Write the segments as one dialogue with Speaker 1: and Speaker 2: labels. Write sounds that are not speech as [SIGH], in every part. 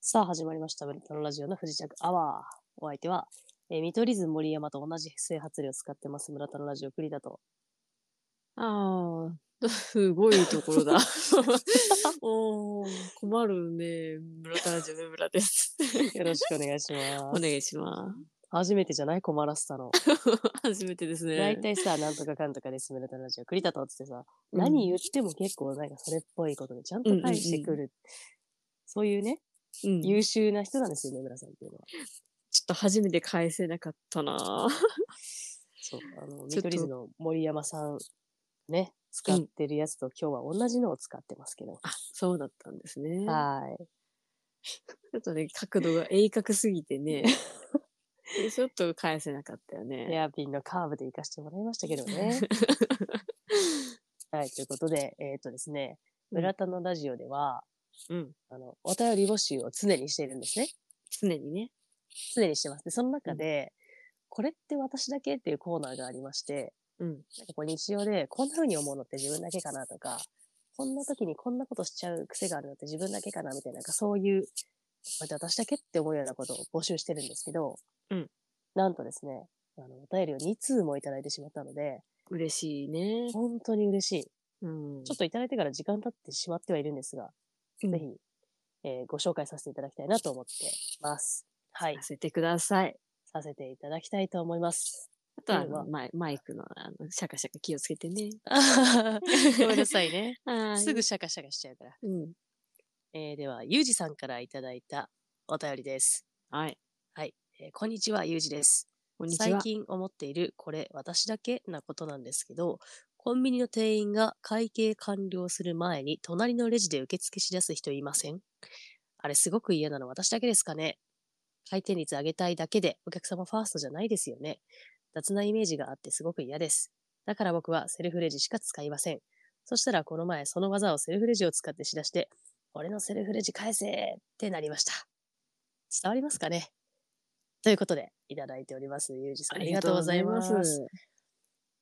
Speaker 1: さあ始まりました。ベルトのラジオの不時着アワー。お相手は、えー見取り図森山と同じ整髪料を使ってます。村田のラジオ栗だと。
Speaker 2: ああ、すごいとこ
Speaker 1: [LAUGHS]
Speaker 2: ろだ。 [LAUGHS] おー困るね。村田ラジオの村
Speaker 1: [LAUGHS]
Speaker 2: です。
Speaker 1: よろしくお願いし
Speaker 2: お [LAUGHS]
Speaker 1: ます。
Speaker 2: 願いしま
Speaker 1: 初めてじゃない困らせたの。
Speaker 2: す。初めてですね。
Speaker 1: 大体さ、なんとかかんとかです。村田のラジオ栗だとっつってさ、
Speaker 2: うん
Speaker 1: 何言っても結構なんかそれっぽいことでちゃんと返してくる。そういうね、
Speaker 2: うん、ちょっ
Speaker 1: 優秀な人なんですよね、村さんっていうのは。
Speaker 2: と初めて返せなかったな。
Speaker 1: そう、あの、見
Speaker 2: ちょっと
Speaker 1: 取り図の森山さん、ね、使ってるやつと今日は同じのを使ってますけど。
Speaker 2: あ、そうだったんですね。
Speaker 1: はーい。
Speaker 2: ちょっとね、角度が鋭角すぎてね。
Speaker 1: [LAUGHS]
Speaker 2: ちょっと返せなかったよね。
Speaker 1: ヘアピンのカーブで行かせてもらいましたけど
Speaker 2: [LAUGHS]
Speaker 1: ね。はい、ということで、えっ、とですね、
Speaker 2: うん
Speaker 1: 村田のラジオでは、
Speaker 2: うん。
Speaker 1: あの、お便り募集を常にしているんですね。
Speaker 2: 常にね。
Speaker 1: 常にしてます。で、その中
Speaker 2: うん
Speaker 1: で、これって私だけっていうコーナーがありまして、
Speaker 2: うん。
Speaker 1: なんかこう日常でこんな風に思うのって自分だけかなとか、こんな時にこんなことしちゃう癖があるのって自分だけかなみたいな、なんかそういう、これって私だけって思うようなことを募集してるんですけど、
Speaker 2: うん
Speaker 1: なんとですね、あの、お便りを2通もいただいてしまったので、
Speaker 2: 嬉しいね。
Speaker 1: 本当に嬉しい。
Speaker 2: うん。
Speaker 1: ちょっといただいてから時間経ってしまってはいるんですが、
Speaker 2: うん
Speaker 1: ぜひ、えーご紹介させていただきたいなと思ってます。はい
Speaker 2: さ。せてください。
Speaker 1: させていただきたいと思い
Speaker 2: [LAUGHS]
Speaker 1: ます。
Speaker 2: あとはあ
Speaker 1: では
Speaker 2: のマイマイクのあのシャカシャカ気をつけてね。
Speaker 1: ごめんなさいね。
Speaker 2: [LAUGHS] はーい
Speaker 1: すぐ。シャカシャカしちゃうから。
Speaker 2: うん。
Speaker 1: えーでは、ゆうじさんからいただいたお便りです。
Speaker 2: はい。
Speaker 1: えーこんにちは、ゆうじです。
Speaker 2: こんにち
Speaker 1: 最
Speaker 2: は。
Speaker 1: 近思っている、これ私だけなことなんですけど、コンビニの店員が会計完了する前に隣のレジで受付しだす人いませんあれすごく嫌なの私だけですかね回転率上げたいだけでお客様ファーストじゃないですよね。雑なイメージがあってすごく嫌です。だから僕はセルフレジしか使いません。そしたらこの前その技をセルフレジを使ってしだして、俺のセルフレジ返せってなりました。伝わりますかねということで、いただいております。ゆうじさん、ありがとうございます。
Speaker 2: ありがとうご
Speaker 1: ま
Speaker 2: ざい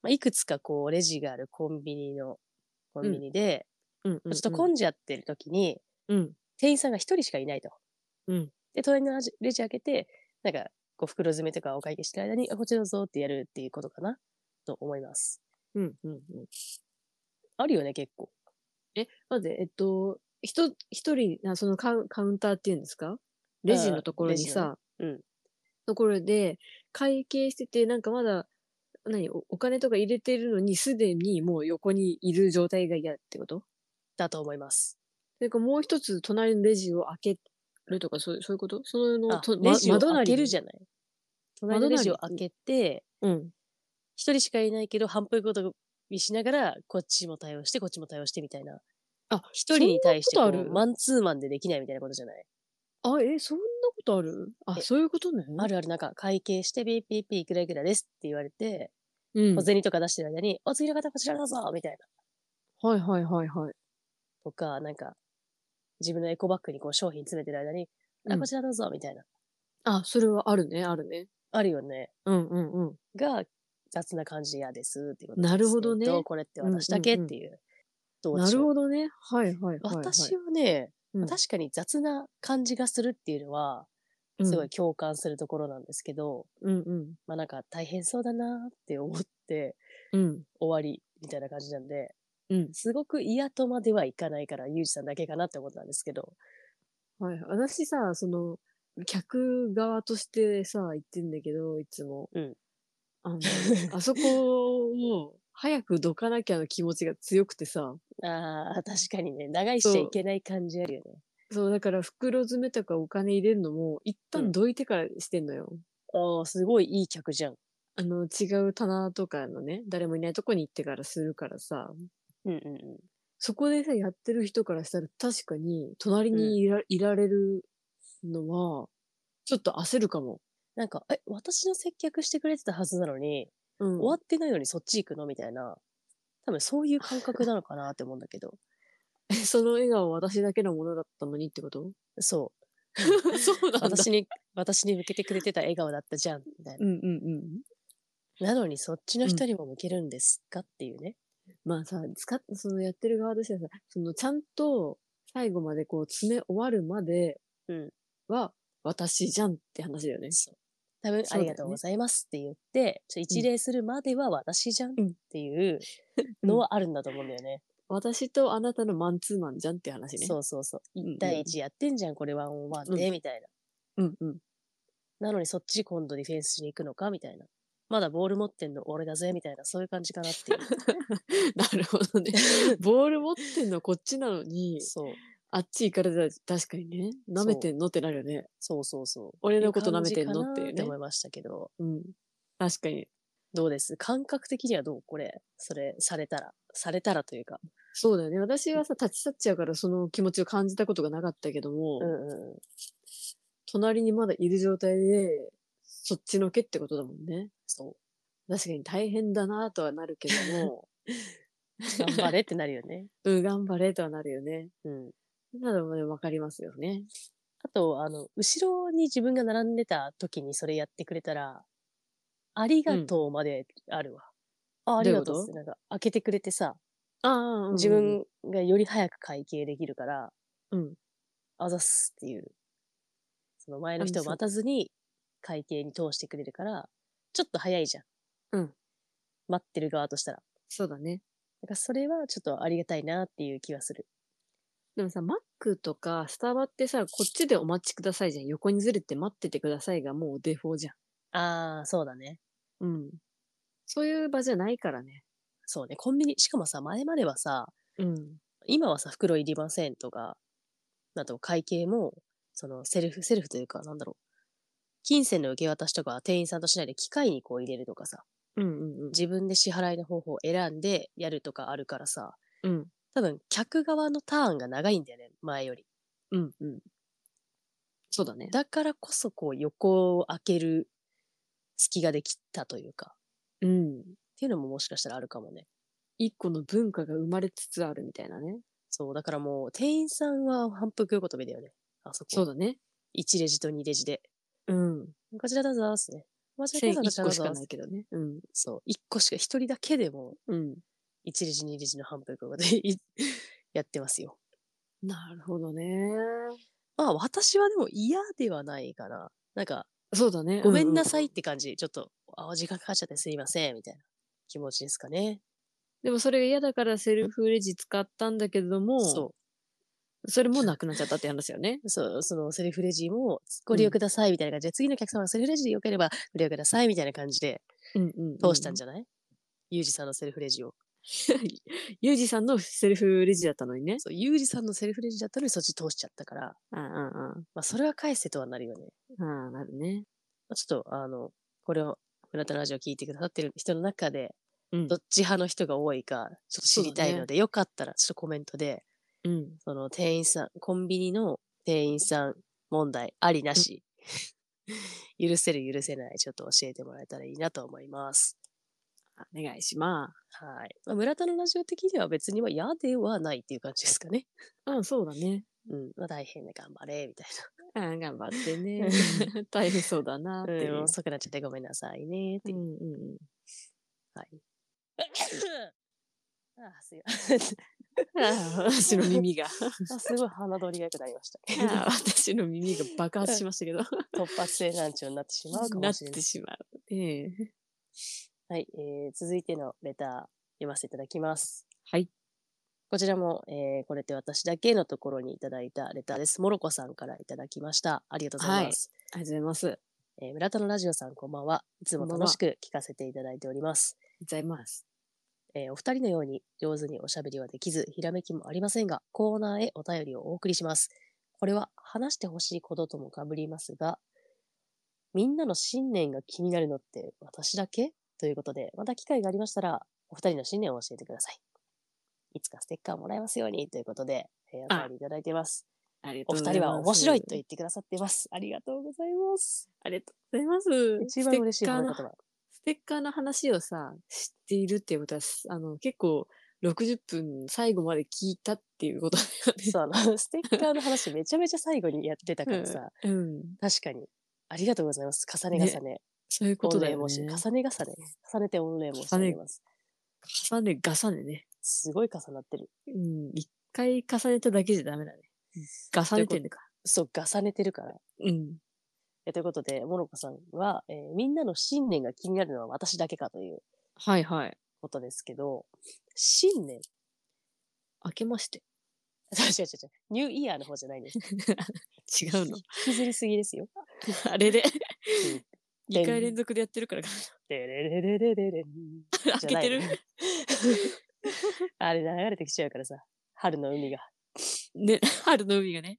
Speaker 1: あ、いくつかこう、レジがあるコンビニの、コンビニで、
Speaker 2: うんうん。
Speaker 1: ちょっと混んじゃってる時に、
Speaker 2: うん。
Speaker 1: 店員さんが一人しかいないと。
Speaker 2: うん
Speaker 1: で、隣のレジ開けて、なんか、こう、袋詰めとかお会計してる間に、あ、こっちどうぞってやるっていうことかな、と思います。
Speaker 2: うんうんうん。
Speaker 1: あるよね、結構。
Speaker 2: え、待って、えっと、人、一人、なそのカウンカウンターっていうんですかレジのところ
Speaker 1: レ
Speaker 2: に
Speaker 1: ジの
Speaker 2: さ、
Speaker 1: うん
Speaker 2: ところで、会計してて、なんかまだ、何おお金とか入れてるのに、すでにもう横にいる状態が嫌ってこと
Speaker 1: だと思います。
Speaker 2: なんかもう一つ隣のレジを開けるとか、そうそういうことその
Speaker 1: あ
Speaker 2: と、
Speaker 1: レジを開ける
Speaker 2: ゃ
Speaker 1: じゃない。隣のレジを開けて、
Speaker 2: ん。うん。
Speaker 1: 一人しかいないけど、反復ことにしながら、こっちも対応して、こっちも対応してみたいな。
Speaker 2: あ、
Speaker 1: 一人に対して
Speaker 2: そ
Speaker 1: こ
Speaker 2: んな
Speaker 1: う
Speaker 2: ことある
Speaker 1: マンツーマンでできないみたいなことじゃない、
Speaker 2: あ、え、そんなことあるあ
Speaker 1: え、
Speaker 2: そういうことね。
Speaker 1: あるある、なんか、会計して、ピーピーピーいくらいくらですって言われて、
Speaker 2: うん。
Speaker 1: 小
Speaker 2: はい
Speaker 1: 銭とか出してる間に、お次の方こちらどうぞみたいな。
Speaker 2: はいはいはい。
Speaker 1: とか、なんか、自分のエコバッグにこう商品詰めてる間に、
Speaker 2: う
Speaker 1: あ、
Speaker 2: ん
Speaker 1: こちらどうぞみたいな。
Speaker 2: あ、それはあるね、あるね。
Speaker 1: あるよね。
Speaker 2: うんうんうん。
Speaker 1: が、雑な感じで嫌ですっていうこと
Speaker 2: なるほど
Speaker 1: ですけ
Speaker 2: ね
Speaker 1: これって私だけっていう。どうで
Speaker 2: な
Speaker 1: し
Speaker 2: る
Speaker 1: ょう
Speaker 2: ほどね。はいはいはい、はい。
Speaker 1: 私はね、
Speaker 2: うん
Speaker 1: 確かに雑な感じがするっていうのは、すごい共感するところなんですけど、
Speaker 2: うんうん
Speaker 1: まあなんか大変そうだなって思って
Speaker 2: うん。
Speaker 1: 終わりみたいな感じなんで、
Speaker 2: うん。
Speaker 1: すごく嫌とまではいかないから、ゆうじさんだけかなって思ったんですけ
Speaker 2: [LAUGHS]
Speaker 1: ど、
Speaker 2: はい。私さ、その、客側としてさ、言ってんだけど、いつも。
Speaker 1: うん
Speaker 2: あの、 [LAUGHS] あそこを、早くどかなきゃの気持ちが強くてさ、
Speaker 1: ああ、確かにね、長いしちゃいけない感じあるよね。
Speaker 2: そう、だから袋詰めとかお金入れるのも、一
Speaker 1: うん
Speaker 2: 旦どいてからしてんのよ。
Speaker 1: ああ、すごいいい客じゃん。
Speaker 2: あの、違う棚とかのね、誰もいないとこに行ってからするからさ、
Speaker 1: うんうんうん。
Speaker 2: そこでさ、やってる人からしたら確かに、隣にいら,、いられるのは、ちょっと焦るかも。
Speaker 1: なんか、え、私の接客してくれてたはずなのに、
Speaker 2: うん。
Speaker 1: 終わってないのにそっち行くのみたいな、多分そういう感覚なのかなって思うんだけ
Speaker 2: [LAUGHS]
Speaker 1: ど、
Speaker 2: [LAUGHS] その笑顔は私だけのものだったのにってこと
Speaker 1: そう。
Speaker 2: そうなんだ。 [LAUGHS]
Speaker 1: 私に、私に向けてくれてた笑顔だったじゃん、みたいな。
Speaker 2: うんうんうん。
Speaker 1: なのにそっちの人にも向けるんですかっていうね。
Speaker 2: まあさ、使っそのやってる側としてはさ、そのちゃんと最後までこう詰め終わるまで、
Speaker 1: うん
Speaker 2: は私じゃんって話だよね。
Speaker 1: そう。多分、
Speaker 2: そ
Speaker 1: あ
Speaker 2: うだよね
Speaker 1: りがとうございますって言って、ちょ一礼するまでは私じゃんっていう
Speaker 2: うん
Speaker 1: のはあるんだと思うんだよね。
Speaker 2: 私とあなたのマンツーマンじゃんって話ね。
Speaker 1: そうそうそう。
Speaker 2: うんうん
Speaker 1: 1対1やってんじゃん、これワンオンワンで、
Speaker 2: うん
Speaker 1: みたい
Speaker 2: うんうん。
Speaker 1: な。なのにそっち今度ディフェンスしに行くのか、みたいな。まだボール持ってんの俺だぜ、みたいな、そういう感じかな
Speaker 2: [LAUGHS]
Speaker 1: ってい
Speaker 2: [LAUGHS] なるほどね。 [LAUGHS]
Speaker 1: う。
Speaker 2: ボール持ってんのこっちなのに、
Speaker 1: そう。
Speaker 2: あっち行かれたら確かにね、舐めてんのってなるよね。
Speaker 1: そうそうそう。
Speaker 2: 俺のこと舐めてんのってい
Speaker 1: いうう感じかなって
Speaker 2: ね
Speaker 1: 思。いましたけど、
Speaker 2: うん。確かに。
Speaker 1: どうです感覚的にはどうこれ、それ、されたら。されたらというか。
Speaker 2: そうだよね。私はさ、立ち去っちゃうからその気持ちを感じたことがなかったけども、
Speaker 1: うんうん。
Speaker 2: 隣にまだいる状態で、そっちのけってことだもんね。
Speaker 1: そう。
Speaker 2: 確かに大変だなとはなるけ
Speaker 1: [LAUGHS]
Speaker 2: ども、
Speaker 1: 頑張れってなるよね。
Speaker 2: うん、頑張れとはなるよね。
Speaker 1: うん。
Speaker 2: なので、わかりますよね。
Speaker 1: あと、あの、後ろに自分が並んでた時にそれやってくれたら、ありがとうまであるわ。あ、ありがとうっ
Speaker 2: どういうこ
Speaker 1: て、
Speaker 2: と
Speaker 1: なんか、開けてくれてさ、
Speaker 2: ああうんうんうん、
Speaker 1: 自分がより早く会計できるから、
Speaker 2: うん。
Speaker 1: あざっすっていう。その前の
Speaker 2: あ
Speaker 1: 人を
Speaker 2: そう
Speaker 1: 待たずに会計に通してくれるから、ちょっと早いじゃん。
Speaker 2: うん。
Speaker 1: 待ってる側としたら。
Speaker 2: そうだね。
Speaker 1: だからそれはちょっとありがたいなっていう気はする。
Speaker 2: でもさ、マックとかスタバってさ、こっちでお待ちくださいじゃん。横にずれて待っててくださいがもうデフォじゃ
Speaker 1: ああ、そうだね。
Speaker 2: ん。うん。そういう場じゃないからね。
Speaker 1: そうね。コンビニ、しかもさ、前まではさ、
Speaker 2: うん。
Speaker 1: 今はさ、袋いりませんとか、あと会計も、そのセルフ、セルフというか、なんだろう。金銭の受け渡しとかは店員さんとしないで機械にこう入れるとかさ、
Speaker 2: うんうんうん。
Speaker 1: 自分で支払いの方法を選んでやるとかあるからさ、
Speaker 2: うん。
Speaker 1: 多分客側のターンが長いんだよね、前より。
Speaker 2: うんうん。そうだね。
Speaker 1: だからこそこう横を開ける隙ができたというか、っ
Speaker 2: うん。
Speaker 1: ていうのももしかしたらあるかもね。
Speaker 2: 一個の文化が生まれつつあるみたいなね。
Speaker 1: そう、だからもう店員さんは反復横跳びだよね。あそこ。
Speaker 2: そうだね。
Speaker 1: 1レジと2レジで。
Speaker 2: うん。
Speaker 1: こちらだぞーっすね。こち
Speaker 2: 千
Speaker 1: らだぞー
Speaker 2: 一
Speaker 1: こ
Speaker 2: 個しか
Speaker 1: ちらだぞーっ
Speaker 2: な
Speaker 1: す
Speaker 2: いけどね。うん。
Speaker 1: そう。1個しか、1人だけでも、
Speaker 2: うん。
Speaker 1: 1レジ、2レジの反復横でい [LAUGHS] やってますよ。
Speaker 2: なるほどね。
Speaker 1: まあ、私はでも嫌ではないかな。なんか、
Speaker 2: そうだね。
Speaker 1: ごめんなさいっ
Speaker 2: うう
Speaker 1: て感じ。ちょっと、あ、時間かかっちゃってすいません、みたいな気持ちですかね。
Speaker 2: でもそれが嫌だからセルフレジ使ったんだけども、
Speaker 1: そ
Speaker 2: それもなくなっちゃったって話だよね。
Speaker 1: う。そう、そのセルフレジもご利用ください、みたいな感じで、次のお客様はセルフレジでよければご利用ください、みたいな感じで
Speaker 2: うんうん、
Speaker 1: 通したん
Speaker 2: ゃ。
Speaker 1: じゃない、ユージさんのセルフレジを。
Speaker 2: ユージさんのセルフレジだったのにね。
Speaker 1: そう、ユージさんのセルフレジだったのにそっち通しちゃったから、
Speaker 2: ああ、あ
Speaker 1: まあ、それは返せとはなるよね。
Speaker 2: あ、ああ、なるね。
Speaker 1: まあちょっと、あの、これを、村田のラジオ聞いてくださってる人の中で、
Speaker 2: うん
Speaker 1: どっち派の人が多いか、ちょっと知りたい
Speaker 2: そうだね
Speaker 1: ので、よかったら、ちょっとコメントで、
Speaker 2: うん。
Speaker 1: その店員さん、コンビニの店員さん問題、ありなし。 [LAUGHS] 許せる、許せない、ちょっと教えてもらえたらいいなと思います。
Speaker 2: お願いしま
Speaker 1: はい。まあ、村田のラジオ的には別には嫌ではないっていう感じですかね。
Speaker 2: す。うん、そうだね。
Speaker 1: うん。まあ、大変で頑張れ、みたい
Speaker 2: ああ、頑張ってね。 [LAUGHS] 大変そうだなって
Speaker 1: な。
Speaker 2: いうう。
Speaker 1: ん、遅くなっちゃってごめんなさいね、って
Speaker 2: う
Speaker 1: いうん
Speaker 2: うんうん。
Speaker 1: はい。 [COUGHS] ああ、すいません。
Speaker 2: ああ、私の耳が。
Speaker 1: あすごい鼻取りが良くなりました。
Speaker 2: [LAUGHS] ああ私の耳が爆発しましたけど。
Speaker 1: [LAUGHS] 突発性難聴になってしまうか
Speaker 2: [LAUGHS] な
Speaker 1: も
Speaker 2: っ
Speaker 1: しれな
Speaker 2: て
Speaker 1: い。
Speaker 2: しまう。ええ
Speaker 1: はい、えー続いてのレター読ませていただきます。
Speaker 2: はい。
Speaker 1: こちらも、えーこれって私だけのところにいただいたレターです。モロコさんからいただきました。ありがとうございます。
Speaker 2: ありがとうございます。ありがとう
Speaker 1: えー村田のラジオさんこんばんは。いつも
Speaker 2: こんばん
Speaker 1: 楽
Speaker 2: は
Speaker 1: しく聞かせていただいております。
Speaker 2: ございます。
Speaker 1: えーお二人のように上手におしゃべりはできず、ひらめきもありませんが、コーナーへお便りをお送りします。これは話してほしいことともかぶりますが、みんなの信念が気になるのって私だけということで、また機会がありましたら、お二人の信念を教えてください。いつかステッカーもらえますようにということで、えー
Speaker 2: あ
Speaker 1: お便りいただいてます。
Speaker 2: ありが
Speaker 1: お
Speaker 2: と
Speaker 1: 二
Speaker 2: うござい
Speaker 1: 人
Speaker 2: ます。
Speaker 1: は面白いと言ってくださってます。ありがとうございます。
Speaker 2: ありがとうございます。
Speaker 1: 一番嬉しい褒め言
Speaker 2: ステッカーの
Speaker 1: 葉。
Speaker 2: ステッカーの話をさ、知っているっていうことは、すあの、結構、60分最後まで聞いたっていうことだよね。
Speaker 1: そう、あの、ステッカーの話めちゃめちゃ最後にやってたからさ、
Speaker 2: うん。
Speaker 1: 確かに。ありがとうございます。重ね重ね。
Speaker 2: [LAUGHS] そういうこ
Speaker 1: 御
Speaker 2: とだ
Speaker 1: 礼
Speaker 2: よ
Speaker 1: 申し重
Speaker 2: ね。
Speaker 1: ね重ね。重ねて御礼申し上げます。
Speaker 2: 重ね、重ねね。
Speaker 1: すごい重なってる。
Speaker 2: うん。一回重ねただけじゃダメだね。重ねてんのか。
Speaker 1: そう、重ねてるから。
Speaker 2: うん。
Speaker 1: えということで、モロコさんは、えーみんなの信念が気になるのは私だけかという
Speaker 2: はいはい。
Speaker 1: ことですけど、新 [LAUGHS] 年
Speaker 2: 明けま [LAUGHS] して。
Speaker 1: 違う違う違う。ニューイヤーの方じゃない
Speaker 2: [LAUGHS]
Speaker 1: んです。
Speaker 2: 違うの。
Speaker 1: 引きずりすぎですよ。
Speaker 2: [LAUGHS] あれで。
Speaker 1: でん
Speaker 2: 2回連続でやってるから、
Speaker 1: でれれれれれれん
Speaker 2: 開けてる。
Speaker 1: じゃないあれ流れてきちゃうからさ、春の海が。
Speaker 2: ね、春の海がね。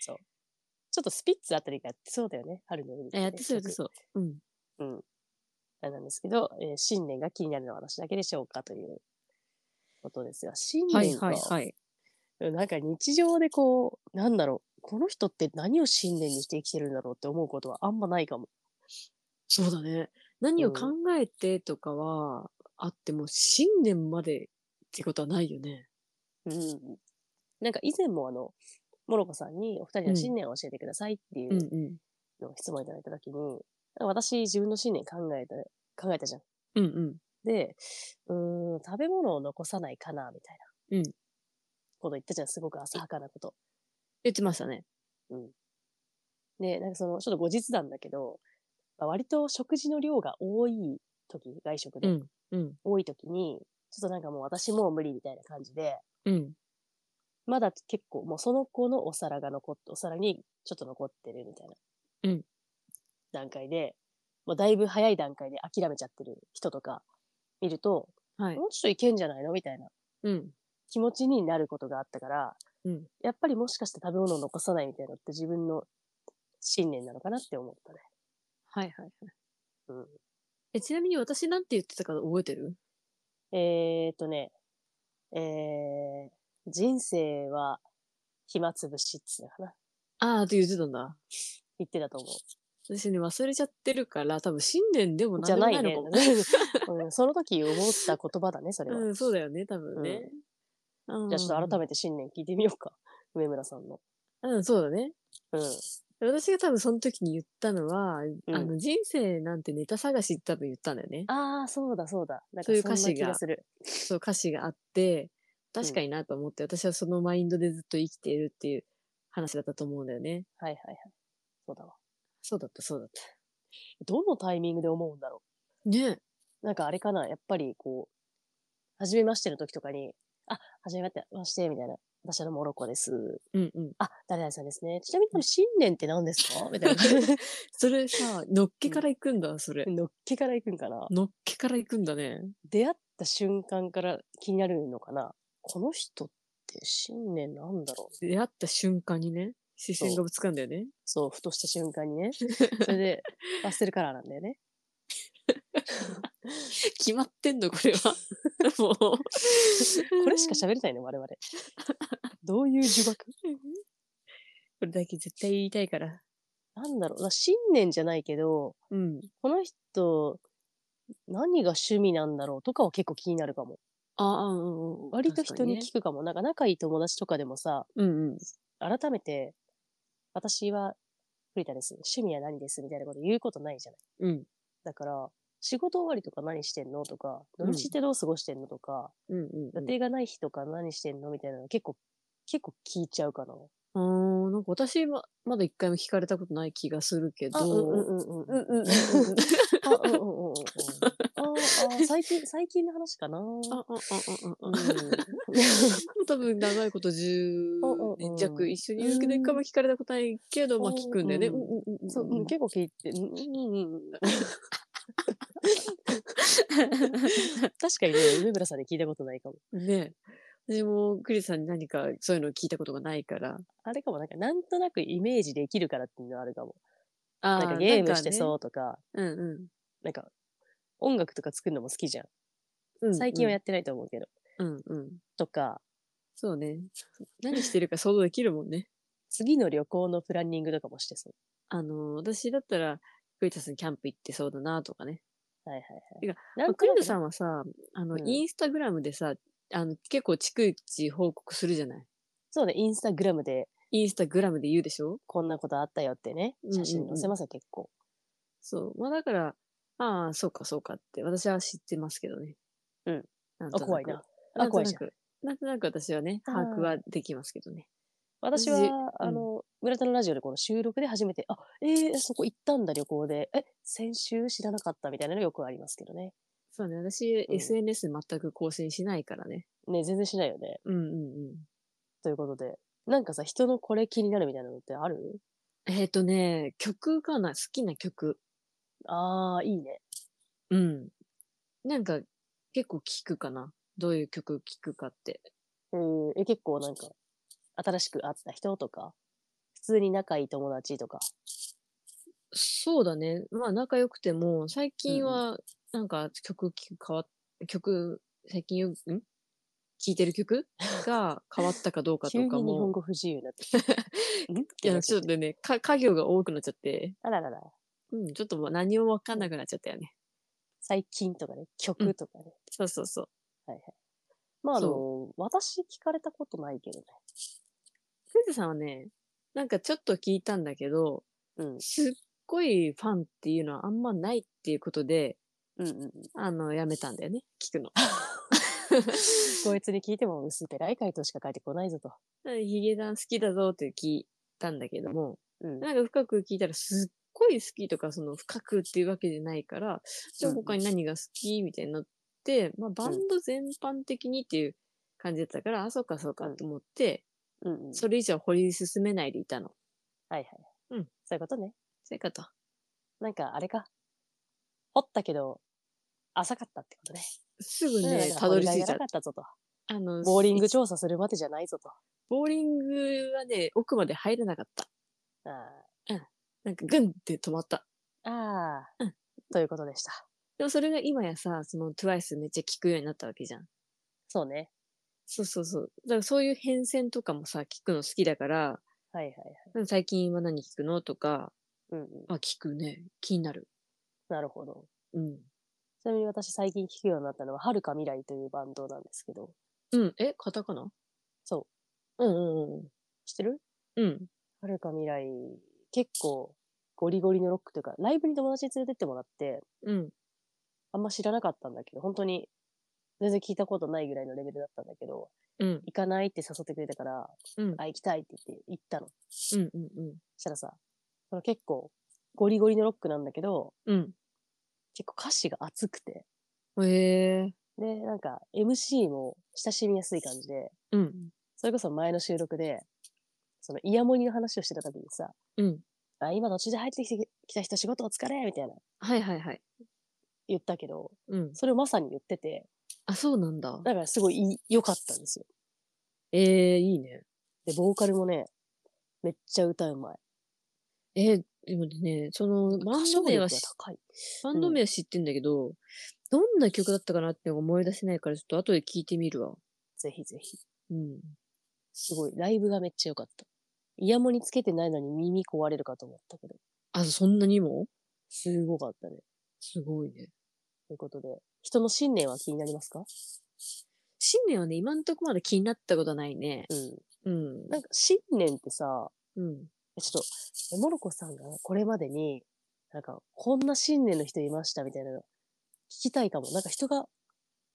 Speaker 1: ちょっとスピッツあたりがやってそうだよね、春の海、
Speaker 2: あやってそうやって
Speaker 1: う。
Speaker 2: そう。うん。
Speaker 1: あれなんですけど、えー新年が気になるのは私だけでしょうかということですが、新
Speaker 2: はい
Speaker 1: 年か、
Speaker 2: はいはい。
Speaker 1: なんか日常でこう、なんだろう、この人って何を信念にして生きてるんだろうって思うことはあんまないかも。
Speaker 2: そうだね。何
Speaker 1: う
Speaker 2: を
Speaker 1: ん
Speaker 2: 考えてとかはあっても、信念までってことはないよね。
Speaker 1: うん。なんか以前もあの、モロコさんにお二人の信念を教えてくださいっていううん
Speaker 2: うん。
Speaker 1: のを質問いただいたときに、私自分の信念考えた、考えたじゃん。
Speaker 2: うんうん。
Speaker 1: で、うーん、食べ物を残さないかな、みたいな。
Speaker 2: うん
Speaker 1: こと言ったじゃん、すごく浅はかなこと。
Speaker 2: 言ってましたね。
Speaker 1: で、なんかその、ちょっと後日談だけど、まあ割と食事の量が多い時、外食で、
Speaker 2: うんうん
Speaker 1: 多い時に、ちょっとなんかもう私もう無理みたいな感じで、
Speaker 2: うん。
Speaker 1: まだ結構もうその子のお皿が残っ、お皿にちょっと残ってるみたいな。
Speaker 2: うん
Speaker 1: 段階で、もうだいぶ早い段階で諦めちゃってる人とか見ると、
Speaker 2: はい。
Speaker 1: もうちょっといけんじゃないのみたいな
Speaker 2: うん。
Speaker 1: 気持ちになることがあったから、
Speaker 2: うん
Speaker 1: やっぱりもしかして食べ物を残さないみたいなのって自分の信念なのかなって思ったね。
Speaker 2: はいはいはい。
Speaker 1: うん
Speaker 2: え、ちなみに私なんて言ってたか覚えてる
Speaker 1: えー、っとね、えー、人生は暇つぶしっつうのかな。
Speaker 2: ああ、と言ってたんだ。
Speaker 1: 言ってたと思う。
Speaker 2: 私ね、忘れちゃってるから、多分信念でも
Speaker 1: じ
Speaker 2: な
Speaker 1: ゃ
Speaker 2: んでも
Speaker 1: な
Speaker 2: ない
Speaker 1: い
Speaker 2: の
Speaker 1: ね
Speaker 2: かも。。
Speaker 1: [LAUGHS] うん、その時思った言葉だね、そ
Speaker 2: [LAUGHS]
Speaker 1: れは。
Speaker 2: うん、そうだよね、多分ね。
Speaker 1: じゃあちょっと改めて信念聞いてみようか。上村さんの。
Speaker 2: めうん、そうだね。
Speaker 1: うん。
Speaker 2: 私が多分その時に言ったのは、
Speaker 1: ん
Speaker 2: あの人生なんてネタ探しって多分言ったんだよね。
Speaker 1: ああ、そうだそうだ。なんか
Speaker 2: そういう
Speaker 1: そんな
Speaker 2: 歌詞
Speaker 1: 気が
Speaker 2: が
Speaker 1: する。
Speaker 2: そう歌詞があって、確かになと思って、私はそのマインドでずっと生きているっていう話だったと思うんだよね。
Speaker 1: はいはいはい。そうだわ。
Speaker 2: そうだった、そうだった。
Speaker 1: どのタイミングで思うんだろ
Speaker 2: ね
Speaker 1: う。なんかあれかな、やっぱりこう、初めましての時とかに、あ、初めまして、みたいな。私はモロコです。
Speaker 2: うんうん。
Speaker 1: あ、誰々さんですね。ちなみにこれ信念って何ですかみたいな。
Speaker 2: それさ、のっけから行くんだ、それ。
Speaker 1: のっけから行くんかな。
Speaker 2: のっけから行くんだね。
Speaker 1: 出会った瞬間から気になるのかな。この人って信念なんだろう
Speaker 2: 出会った瞬間にね、視線がぶつかんだよね。
Speaker 1: そう、ふとした瞬間にね。それで、パステルカラーなんだよね。
Speaker 2: 決まってんの、これは。もう。
Speaker 1: これしか喋れないね、我々。どういう呪縛
Speaker 2: これだけ絶対言いたいから。
Speaker 1: なんだろう。な信念じゃないけど、
Speaker 2: うん。
Speaker 1: この人、何が趣味なんだろうとかは結構気になるかも。
Speaker 2: ああ、うんうん。
Speaker 1: 割と人に
Speaker 2: 確かね
Speaker 1: 聞くかも。なんか仲いい友達とかでもさ、
Speaker 2: うんうん。
Speaker 1: 改めて、私は、栗田です。趣味は何ですみたいなこと言うことないじゃない。
Speaker 2: うん。
Speaker 1: だから、仕事終わりとか何してんのとか、土
Speaker 2: うん
Speaker 1: 日ってどう過ごしてんのとか、
Speaker 2: うんうんう
Speaker 1: 予
Speaker 2: ん。
Speaker 1: 定がない日とか何してんのみたいなの結構、結構聞いちゃうかな。
Speaker 2: あーなんか私はまだ一回も聞かれたことない気がするけ
Speaker 1: ん
Speaker 2: ど。
Speaker 1: うんうん。
Speaker 2: うんうんうんう
Speaker 1: あ、
Speaker 2: ん。
Speaker 1: うんうんうんうんうん。あーあー、最近、最近の話かな。
Speaker 2: あ、あ、
Speaker 1: う
Speaker 2: あ、あ、あ
Speaker 1: ん、 [LAUGHS]
Speaker 2: [LAUGHS] 多分長いこと10年弱一緒にいるけど、一回も聞かれたことないけど、まあ聞くんだよね。
Speaker 1: うん
Speaker 2: うんうんうん
Speaker 1: そう、うん結構聞いて、うんうんうんうん、
Speaker 2: [LAUGHS]
Speaker 1: 確かにね、上村さんに聞いたことないかも。
Speaker 2: ね私もクリスさんに何かそういうのを聞いたことがないから。
Speaker 1: あれかも、なんか、なんとなくイメージできるからっていうのはあるかも。
Speaker 2: あ
Speaker 1: なんかゲームして
Speaker 2: う。
Speaker 1: そうとか、
Speaker 2: うんう
Speaker 1: なんか、音楽とか作るのも好きじゃん。
Speaker 2: んうん。
Speaker 1: 最近はやってないと思うけど。
Speaker 2: うんうん。
Speaker 1: とか、
Speaker 2: そうね。 [LAUGHS] 何してるか想像できるもんね。 [LAUGHS]
Speaker 1: 次の旅行のプランニングとかもしてそ
Speaker 2: あの、私だったら、クリタさんキャンプ行ってそうだなとかね。
Speaker 1: う。はいはい
Speaker 2: て
Speaker 1: はい
Speaker 2: か。
Speaker 1: な
Speaker 2: まあ
Speaker 1: と
Speaker 2: ク
Speaker 1: な
Speaker 2: リ
Speaker 1: く
Speaker 2: タさんはさ、あの、
Speaker 1: うん
Speaker 2: インスタグラムでさ、あの、結構逐一報告するじゃない
Speaker 1: そうね、インスタグラムで
Speaker 2: インスタグラムで言うでしょ
Speaker 1: こんなことあったよってね、
Speaker 2: うんうんう
Speaker 1: 写
Speaker 2: ん
Speaker 1: 真載せますよ、結構。
Speaker 2: そう。まあだから、ああ、そうかそうかって、私は知ってますけどね。
Speaker 1: うん
Speaker 2: なんと
Speaker 1: あ、
Speaker 2: く。
Speaker 1: 怖いな。あ、
Speaker 2: んと
Speaker 1: 怖いじゃん。
Speaker 2: く。なんとなく私はね、
Speaker 1: あー
Speaker 2: 把握はできますけどね。
Speaker 1: 私
Speaker 2: じ
Speaker 1: は、あの、村田のラジオでこの収録で初めて、あ、えー、そこ行ったんだ、旅行で。え、先週知らなかったみたいなのよくありますけどね。
Speaker 2: そうね、私、
Speaker 1: うん
Speaker 2: SNS 全く更新しないからね。
Speaker 1: ね、全然しないよね。
Speaker 2: うんうんうん。
Speaker 1: ということで。なんかさ、人のこれ気になるみたいなのってある
Speaker 2: えっ、とね、曲かな、好きな曲。
Speaker 1: あー、いいね。
Speaker 2: うん。なんか、結構聞くかな。どういう曲聞くかって。
Speaker 1: えーえ、結構なんか、新しく会った人とか、普通に仲いい友達とか。
Speaker 2: そうだね。まあ仲良くても、最近は、なんか曲聞く変わっ、曲、最近よ、ん聴いてる [LAUGHS] 曲が変わったかどうか
Speaker 1: 急
Speaker 2: と
Speaker 1: に
Speaker 2: か
Speaker 1: 日本
Speaker 2: も。
Speaker 1: 語不自由になってきた。ん
Speaker 2: [LAUGHS] いや、ちょっ。とね、か、家業が多くなっちゃって、
Speaker 1: あららら。
Speaker 2: うん、ちょっともう何もわかんなくなっちゃったよね。
Speaker 1: 最近とかね、曲とかね。
Speaker 2: そうそうそう。
Speaker 1: はいはい。まあ、あの
Speaker 2: そ、
Speaker 1: 私聞かれたことないけどね。
Speaker 2: クイズさんはね、なんかちょっと聞いたんだけど、
Speaker 1: うん。
Speaker 2: すっごいファンっていうのはあんまないっていうことで、
Speaker 1: うんうんうん。
Speaker 2: あの、やめたんだよね、
Speaker 1: [LAUGHS]
Speaker 2: 聞くの。
Speaker 1: こいつに聞いても薄っぺらい回答しか書いてこないぞと。
Speaker 2: ヒゲダン好きだぞって聞いたんだけども、
Speaker 1: うん。
Speaker 2: なんか深く聞いたらすっごい好きとか、その深くっていうわけじゃないから、じゃあ
Speaker 1: うんうん
Speaker 2: 他に何が好きみたいになって、まあバンド全般的にっていう感じだったから、あ、そうかそうかと思って、
Speaker 1: うんうん。
Speaker 2: それ以上掘り進めないでいたの。
Speaker 1: はいはい。
Speaker 2: うん。
Speaker 1: そういうことね。
Speaker 2: そういうこと。
Speaker 1: なんか、あれか。掘ったけど、浅かったってことね。
Speaker 2: すぐ
Speaker 1: うんなん
Speaker 2: ね、
Speaker 1: か
Speaker 2: たどり
Speaker 1: 掘
Speaker 2: 着
Speaker 1: り
Speaker 2: い
Speaker 1: がい
Speaker 2: ち
Speaker 1: がな
Speaker 2: ゃう
Speaker 1: か。ったぞと。
Speaker 2: あの、
Speaker 1: ボーリング調査するまでじゃないぞと。
Speaker 2: ボーリングはね、奥まで入れなかった。
Speaker 1: あ
Speaker 2: なんかグンって止まった。
Speaker 1: ーあー、
Speaker 2: うん
Speaker 1: ということでした。
Speaker 2: でもそれが今やさ、その TWICE めっちゃ聞くようになったわけじゃん。
Speaker 1: そうね。
Speaker 2: そうそうそう。だからそういう変遷とかもさ、聞くの好きだから、
Speaker 1: はいはいはい。
Speaker 2: うん最近は何聞くのとか、
Speaker 1: うんうん。
Speaker 2: あ、聞くね。気になる。
Speaker 1: なるほど。
Speaker 2: うん。
Speaker 1: ちなみに私最近聴くようになったのは、はるか未来というバンドなんですけど、
Speaker 2: うん。え、カタカナ。
Speaker 1: そう
Speaker 2: うんうんうん
Speaker 1: 知ってる
Speaker 2: うん。うん。
Speaker 1: はるか未来、結構ゴリゴリのロックというか、ライブに友達に連れてってもらって、
Speaker 2: うん。
Speaker 1: あんま知らなかったんだけど、本当に全然聞いたことないぐらいのレベルだったんだけど、
Speaker 2: うん。
Speaker 1: 行かないって誘ってくれたから、
Speaker 2: うん。
Speaker 1: あ、行きたいって言って行ったの。
Speaker 2: うん。うん。
Speaker 1: したらさ、その結構ゴリゴリのロックなんだけど、
Speaker 2: うん。
Speaker 1: 結構歌詞が熱くて、
Speaker 2: うん。へえ。
Speaker 1: で、なんか MC も親しみやすい感じで、
Speaker 2: うん。
Speaker 1: それこそ前の収録で、そのイヤモニの話をしてた時にさ、
Speaker 2: うん。
Speaker 1: あ今途中で入ってきてきた人仕事お疲れみたいな
Speaker 2: はいはいはい。
Speaker 1: 言ったけど、
Speaker 2: うん。
Speaker 1: それをまさに言ってて、
Speaker 2: あ、そうなんだ。
Speaker 1: だからすごいいい良かったんですよ。
Speaker 2: ええいいね。
Speaker 1: で、ボーカルもね、めっちゃ歌うまい。
Speaker 2: えーでもね、その、バ
Speaker 1: 歌
Speaker 2: ンド
Speaker 1: 唱
Speaker 2: 名
Speaker 1: 力
Speaker 2: は
Speaker 1: が
Speaker 2: 知っ
Speaker 1: 高い。
Speaker 2: バンド名は知ってんだけど、どんな曲だったかなって思い出せないから、ちょっと後で聞いてみるわ。
Speaker 1: ぜひぜひ。
Speaker 2: うん。
Speaker 1: すごい。ライブがめっちゃ良かった。イヤモニつけてないのに耳壊れるかと思ったけど、
Speaker 2: あ、そんなにも
Speaker 1: すごかったね。
Speaker 2: すごいね。
Speaker 1: ということで、人の信念は気になりますか
Speaker 2: 新年はね、今んとこまだ気になったことないね。
Speaker 1: うん。
Speaker 2: うん。
Speaker 1: なんか信念ってさ、
Speaker 2: うん。
Speaker 1: えちょっと、えモロコさんがこれまでに、なんか、こんな信念の人いましたみたいなの聞きたいかも。なんか人が、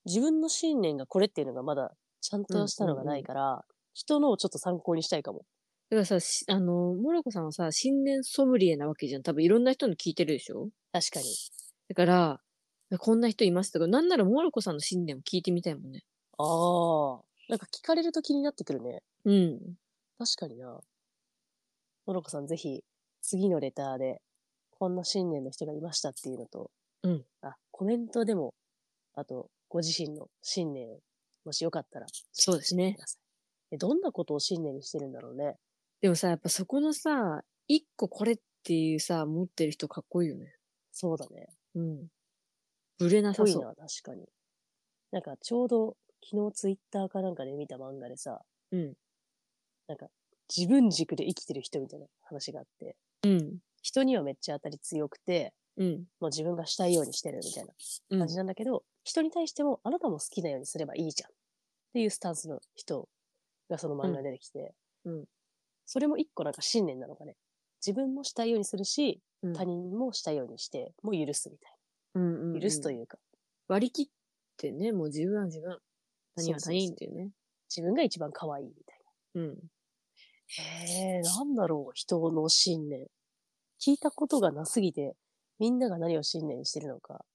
Speaker 1: 自分の信念がこれっていうのがまだちゃんとしたのがないから、人のをちょっと参考にしたいかも。
Speaker 2: だからさ、しあの、モロコさんはさ、新年ソムリエなわけじゃん。多分いろんな人の聞いてるでしょ
Speaker 1: 確かに。
Speaker 2: だから、こんな人いますとか、なんならモロコさんの新年を聞いてみたいもんね。
Speaker 1: ああ。なんか聞かれると気になってくるね。
Speaker 2: うん。
Speaker 1: 確かにな。モロコさんぜひ、次のレターで、こんな信念の人がいましたっていうのと、
Speaker 2: うん
Speaker 1: あ、コメントでも、あと、ご自身の信念を、もしよかったら、
Speaker 2: そうですね。
Speaker 1: えどんなことを信念にしてるんだろうね。
Speaker 2: でもさ、やっぱそこのさ、一個これっていうさ、持ってる人かっこいいよね。
Speaker 1: そうだね。
Speaker 2: うん。ぶれな
Speaker 1: 濃
Speaker 2: さ
Speaker 1: い
Speaker 2: そ
Speaker 1: な、
Speaker 2: う。
Speaker 1: 確かに。なんか、ちょうど、昨日ツイッターかなんかで見た漫画でさ、
Speaker 2: うん。
Speaker 1: 自分軸で生きてる人みたいな話があって、
Speaker 2: うん。
Speaker 1: 人にはめっちゃ当たり強くて、
Speaker 2: うん。
Speaker 1: もう自分がしたいようにしてるみたいな
Speaker 2: うん
Speaker 1: 感じなんだけど、人に対しても、あなたも好きなようにすればいいじゃん。っていうスタンスの人がその漫画に出てきて、
Speaker 2: うんうん
Speaker 1: それも一個なんか信念なのかね。自分もしたいようにするし、
Speaker 2: うん
Speaker 1: 他人もしたいようにして、もう許すみたい
Speaker 2: うん
Speaker 1: な。許すと
Speaker 2: う
Speaker 1: いうか、
Speaker 2: ん。割り切ってね、もう自分は自分。他人は
Speaker 1: そうそうそ
Speaker 2: 他
Speaker 1: う
Speaker 2: 人っていうね。
Speaker 1: 自分が一番可愛いみたい
Speaker 2: うん。
Speaker 1: えー、なんだろう、人の信念。聞いたことがなすぎて、みんなが何を信念してるのか、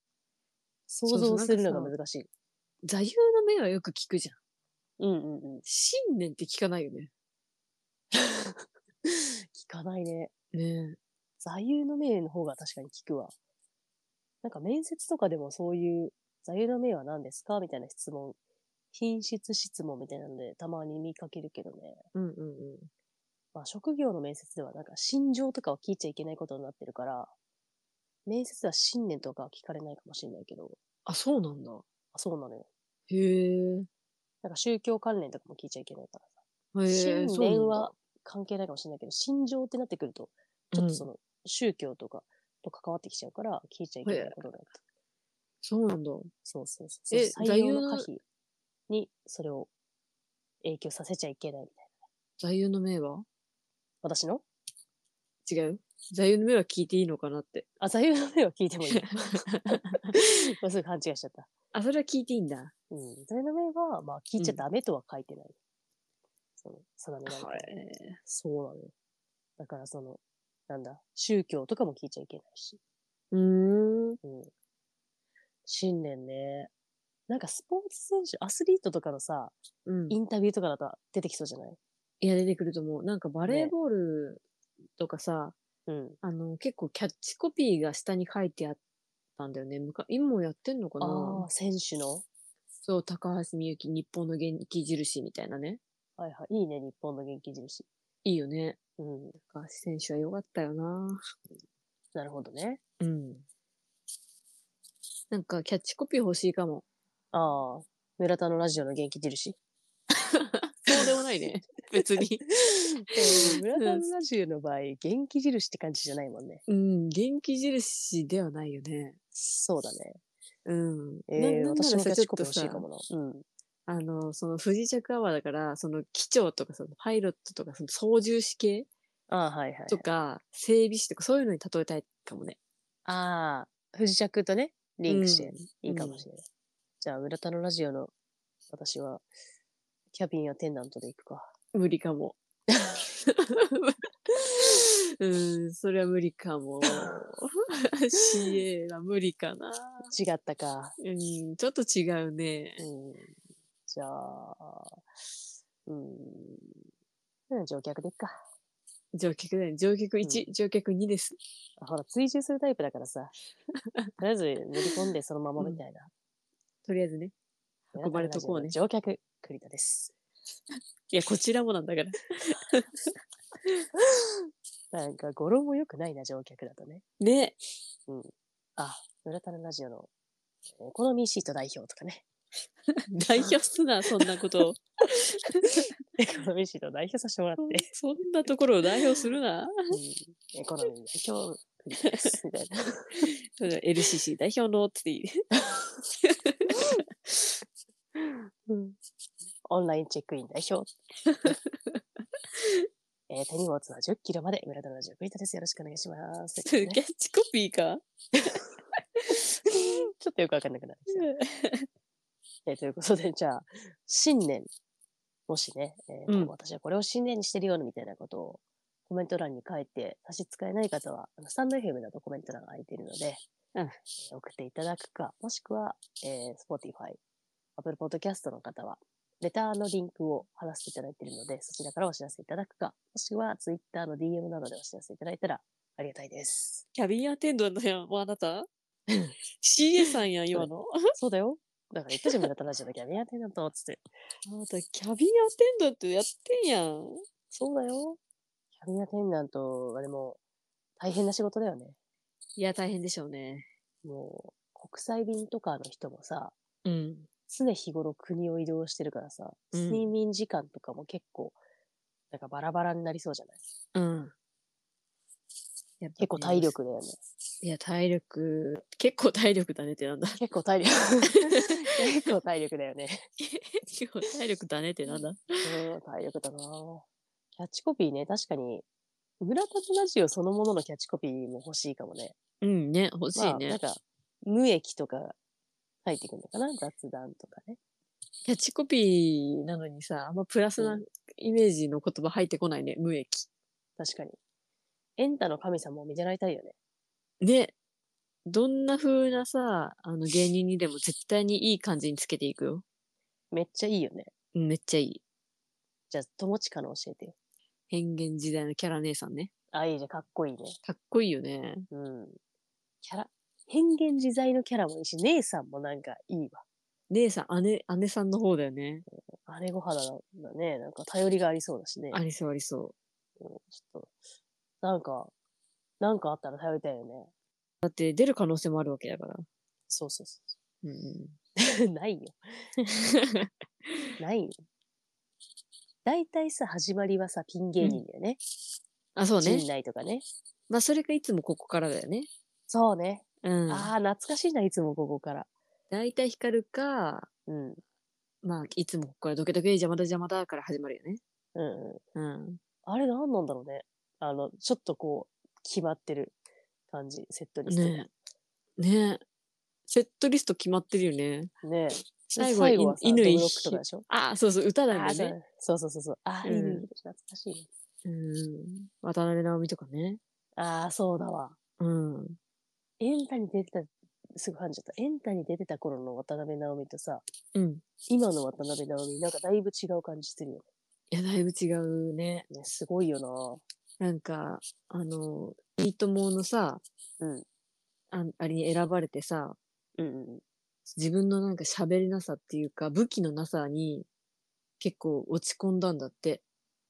Speaker 1: 想像するのが難しい。
Speaker 2: 座右の銘はよく聞くじゃん。
Speaker 1: うんうんうん。
Speaker 2: 信念って聞かないよね。
Speaker 1: 聞かないね。
Speaker 2: ね
Speaker 1: 座右の銘の方が確かに聞くわ。なんか面接とかでもそういう、座右の銘は何ですかみたいな質問。品質質問みたいなので、たまに見かけるけどね。
Speaker 2: うんうんうん。
Speaker 1: まあ、職業の面接ではなんか心情とかを聞いちゃいけないことになってるから、面接では信念とかは聞かれないかもしれないけど、
Speaker 2: あ、そうなんだ。
Speaker 1: あそうなのよ。
Speaker 2: へえ。
Speaker 1: なんか宗教関連とかも聞いちゃいけないからさ。
Speaker 2: へ
Speaker 1: 信
Speaker 2: え。そうなん
Speaker 1: 念
Speaker 2: だ
Speaker 1: は関係ないかもしれないけど、心情ってなってくると、ちょっとその宗教とかと関わってきちゃうから聞いちゃいけないことだった。
Speaker 2: そうなんだ。
Speaker 1: そうそうそう。
Speaker 2: え
Speaker 1: その採用の
Speaker 2: 座
Speaker 1: 可否にそれを影響させちゃいけないみたいな。
Speaker 2: 座右の銘は
Speaker 1: 私の
Speaker 2: 違う座右の銘は聞いていいのか
Speaker 1: [LAUGHS]
Speaker 2: なって。
Speaker 1: あ、座右の銘は聞いてもい
Speaker 2: [LAUGHS]
Speaker 1: い。まあすぐ勘違いしちゃった。
Speaker 2: あ、それは聞いていいんだ。
Speaker 1: うん。座右の銘は、まあ、聞いちゃ
Speaker 2: うん
Speaker 1: ダメとは書いてない。その、定められてる
Speaker 2: はい。
Speaker 1: そうなのよ。だから、その、なんだ、宗教とかも聞いちゃいけないし。
Speaker 2: うーん。
Speaker 1: うん。信念ね。なんか、スポーツ選手、アスリートとかのさ、
Speaker 2: うん。
Speaker 1: インタビューとかだと出てきそうじゃない
Speaker 2: いや、出てくると思う。なんかバレーボールとかさ、
Speaker 1: うん。
Speaker 2: あの、結構キャッチコピーが下に書いてあったんだよね。むか今もやってんのか
Speaker 1: あ
Speaker 2: な
Speaker 1: あ、選手の。
Speaker 2: そう、高橋みゆき、日本の元気印みたいなね。
Speaker 1: はいはい。いいね、日本の元気印。
Speaker 2: いいよね。
Speaker 1: うん。
Speaker 2: 高橋選手は良かったよな。
Speaker 1: なるほどね。
Speaker 2: うん。なんかキャッチコピー欲しいかも。
Speaker 1: ああ、村田のラジオの元気印。
Speaker 2: そうでもな
Speaker 1: [LAUGHS]
Speaker 2: いね。別 [LAUGHS] に。
Speaker 1: でも村田のラジオの場合、元気印って感じじゃないもんね。
Speaker 2: うん、元気印ではないよね。
Speaker 1: そうだね。
Speaker 2: うん。
Speaker 1: え
Speaker 2: な
Speaker 1: ー、
Speaker 2: なんなら
Speaker 1: 私
Speaker 2: さ
Speaker 1: もキャッチコピー
Speaker 2: ちょ
Speaker 1: 欲し
Speaker 2: っとさ
Speaker 1: いかもな。うん。
Speaker 2: あの、その不時着アワーだから、その機長とかそのパイロットとかその操縦士系
Speaker 1: ああ、はいはいはい。
Speaker 2: とか、整備士とかそういうのに例えたいかもね。
Speaker 1: ああ、不時着とね、リンクして
Speaker 2: うん
Speaker 1: いいかもしれない。じゃあ、村田のラジオの私は、キャビンアテンダントで行くか。
Speaker 2: 無理
Speaker 1: [LAUGHS]
Speaker 2: かも。うん、それは無理かも。CA は無理かな。
Speaker 1: 違ったか。
Speaker 2: うん、ちょっと違うね
Speaker 1: う。ん。じゃあ、うん。うん、乗客で行くか。
Speaker 2: 乗客だね。乗客1、乗客2です。
Speaker 1: あほら、追従するタイプだから
Speaker 2: [LAUGHS]
Speaker 1: さ。とりあえず乗り込んでそのままみたいな。
Speaker 2: とりあえずね。運ばれとこうね
Speaker 1: 乗客、栗田です。
Speaker 2: いや、こちらもなんだ
Speaker 1: [LAUGHS]
Speaker 2: から。
Speaker 1: なんか、語呂も良くないな、乗客だとね。
Speaker 2: ね。
Speaker 1: あ、村田のラジオの、エコノミーシート代表とか
Speaker 2: [LAUGHS]
Speaker 1: ね。
Speaker 2: 代表すな、そんなことを。
Speaker 1: [LAUGHS] エコノミーシートを代表させてもらって。
Speaker 2: そんなところを代表するな。
Speaker 1: うんエコノミーの代表、栗田です。みたいな。
Speaker 2: LCC 代表のってい
Speaker 1: うんオンラインチェックイン代
Speaker 2: [LAUGHS]
Speaker 1: 表。えー手荷物は10キロまで、村田のラジオ栗田です。よろしくお願いします。
Speaker 2: キャ
Speaker 1: ね
Speaker 2: ッチコピーか。
Speaker 1: ちょっとよくわかんなくなってきた。えーということで、じゃあ、新年、もしね、えーと
Speaker 2: うん
Speaker 1: 私はこれを新年にしてるよみたいなことをコメント欄に書いて差し支えない方は、あのスタンド FM だとコメント欄が空いているので、
Speaker 2: うん
Speaker 1: えー送っていただくか、もしくは、えー、Spotify、Apple Podcast の方は、レターのリンクを貼らせていただいているので、そちらからお知らせいただくか、もしくは Twitter の DM などでお知らせいただいたらありがたいです。
Speaker 2: キャビンアテンダントやん、もうあなた ?CA さんやん、今の。
Speaker 1: そうだよ。だから言ったじゃん、村田ラジオのキャビンアテンダントっつって。
Speaker 2: あなた、キャビンアテンダントやってんやん。
Speaker 1: そうだよ。キャビンアテンダントはでも、大変な仕事だよね。
Speaker 2: いや、大変でしょうね。
Speaker 1: もう、国際便とかの人もさ、
Speaker 2: うん。
Speaker 1: 常日頃国を移動してるからさ、
Speaker 2: うん
Speaker 1: 睡眠時間とかも結構、なんかバラバラになりそうじゃない
Speaker 2: うん。やっぱね
Speaker 1: 結構体。力だよね。
Speaker 2: いや、体力、結構体力だねってなんだ。
Speaker 1: 結構体力。 [LAUGHS] 結構体力だよね。
Speaker 2: [LAUGHS] 結構体力だねってなんだ。
Speaker 1: うん、体力だなぁキャッチコピーね、確かに、村田のラジオそのもののキャッチコピーも欲しいかもね。
Speaker 2: うんね、欲しい
Speaker 1: まあ、なん
Speaker 2: ね。
Speaker 1: か、無益とか入ってくるのかな雑談とかね。
Speaker 2: キャッチコピーなのにさ、あんまプラス
Speaker 1: う
Speaker 2: なイメージの言葉入ってこないね、無益。
Speaker 1: 確かに。エンタの神様を見習いたいよね。
Speaker 2: ね。どんな風なさ、あの芸人にでも絶対にいい感じにつけていくよ。
Speaker 1: めっちゃいいよね。
Speaker 2: うんめっちゃいい。
Speaker 1: じゃあ、友近の教えてよ。
Speaker 2: 変幻時代のキャラ姉さんね。
Speaker 1: あ、いいじゃん、かっこいいね。
Speaker 2: かっこいいよね。
Speaker 1: うん。キャラ、変幻自在のキャラもいいし、姉さんもなんかいいわ。
Speaker 2: 姉さん、姉、姉さんの方だよね。
Speaker 1: 姉御肌だね。なんか頼りがありそうだしね。
Speaker 2: ありそうありそう。
Speaker 1: うん、ちょっと、なんか、なんかあったら頼りたいよね。
Speaker 2: だって出る可能性もあるわけだから。
Speaker 1: そうそうそ
Speaker 2: うんうん。
Speaker 1: う。 [LAUGHS] ない
Speaker 2: [LAUGHS]
Speaker 1: よ。ないよ。大体さ、始まりはさ、ピン芸人だよね。
Speaker 2: あ、そう
Speaker 1: 陣
Speaker 2: ね。
Speaker 1: 内とかね。
Speaker 2: まあ、それがいつもここからだよね。
Speaker 1: そうね。
Speaker 2: うん。
Speaker 1: ああ、懐かしいな、いつもここから。
Speaker 2: 大体光るか、
Speaker 1: うん。うん
Speaker 2: まあ、いつもここからドキドキ邪魔だ邪魔だから始まるよね。
Speaker 1: うん。
Speaker 2: うん。
Speaker 1: あれ何なんだろうね。あの、ちょっとこう、決まってる感じ、セットリストが。
Speaker 2: ねえ。ねえ。セットリスト決まってるよね。
Speaker 1: ねえ。
Speaker 2: 最後は
Speaker 1: はさ、
Speaker 2: 乾
Speaker 1: ドブロックとかでしょ
Speaker 2: ああ、そうそう、歌なん
Speaker 1: あ
Speaker 2: だ
Speaker 1: ー
Speaker 2: よね。
Speaker 1: そうそうそうそう。ああ、
Speaker 2: うん
Speaker 1: いいね懐かしいね。
Speaker 2: うん。渡辺直美とかね。
Speaker 1: ああ、そうだわ。
Speaker 2: うん。
Speaker 1: エンタに出てた、すぐ感じちゃった。エンタに出てた頃の渡辺直美とさ、
Speaker 2: うん。
Speaker 1: 今の渡辺直美、なんかだいぶ違う感じするよ
Speaker 2: いや、だいぶ違うね。
Speaker 1: ね。ねすごいよ
Speaker 2: なんか、あの、いいとものさ、
Speaker 1: なうん。
Speaker 2: ああれに選ばれてさ、
Speaker 1: うんうんうん。
Speaker 2: 自分のなんか喋りなさっていうか、武器のなさに結構落ち込んだんだって。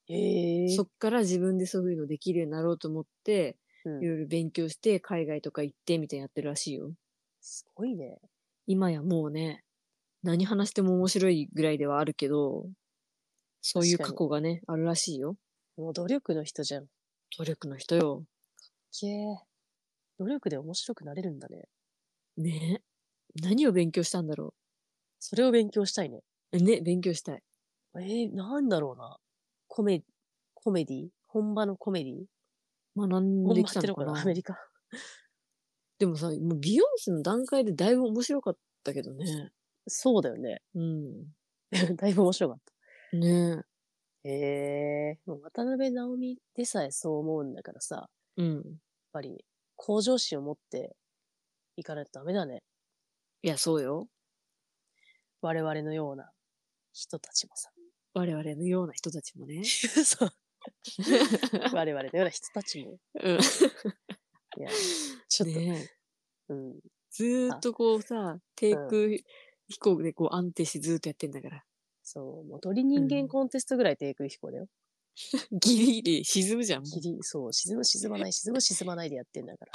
Speaker 1: へえ。
Speaker 2: そっから自分でそういうのできるようになろうと思って、
Speaker 1: うん
Speaker 2: いろいろ勉強して、海外とか行ってみたいなやってるらしいよ。
Speaker 1: すごいね。
Speaker 2: 今やもうね、何話しても面白いぐらいではあるけど、そういう過
Speaker 1: 確か
Speaker 2: 去がね、あるらしいよ。
Speaker 1: もう努力の人じゃん。
Speaker 2: 努力の人よ。
Speaker 1: けえ。努力で面白くなれるんだね。
Speaker 2: ね何を勉強したんだろ
Speaker 1: それを勉強したいね。
Speaker 2: う。ね、勉強したい。
Speaker 1: えー、なんだろうな。コメ、コメディ本場のコメディ
Speaker 2: 学ん
Speaker 1: 本
Speaker 2: で
Speaker 1: 場
Speaker 2: き
Speaker 1: ったて
Speaker 2: の
Speaker 1: の
Speaker 2: か
Speaker 1: か
Speaker 2: な。
Speaker 1: [LAUGHS] なアメリカ。
Speaker 2: でもさ、もうビヨンセの段階でだいぶ面白かったけどね。
Speaker 1: そうだよね。
Speaker 2: うん。
Speaker 1: [LAUGHS] だいぶ面白かった。
Speaker 2: ね
Speaker 1: へえ。もう渡辺直美でさえそう思うんだからさ、やっ
Speaker 2: うん。
Speaker 1: ぱり向上心を持っていかないとダメだね。
Speaker 2: いや、そうよ。
Speaker 1: 我々のような人たちもさ。
Speaker 2: 我々のような人たち
Speaker 1: [LAUGHS]
Speaker 2: もね。
Speaker 1: そう。我々のような人たちも。
Speaker 2: [LAUGHS] うん。
Speaker 1: いや、ちょっと、
Speaker 2: ね
Speaker 1: うん。
Speaker 2: ずーっとこうさ、テイク飛行でこう安定してずーっとやってんだから。 [LAUGHS]
Speaker 1: そう、もう鳥人
Speaker 2: う
Speaker 1: 間
Speaker 2: ん
Speaker 1: コンテストぐらい低空飛行だよ。
Speaker 2: ギリギリ沈むじゃん。もう
Speaker 1: ギリ、そう、沈む、沈まない、沈む、沈まないでやってんだから。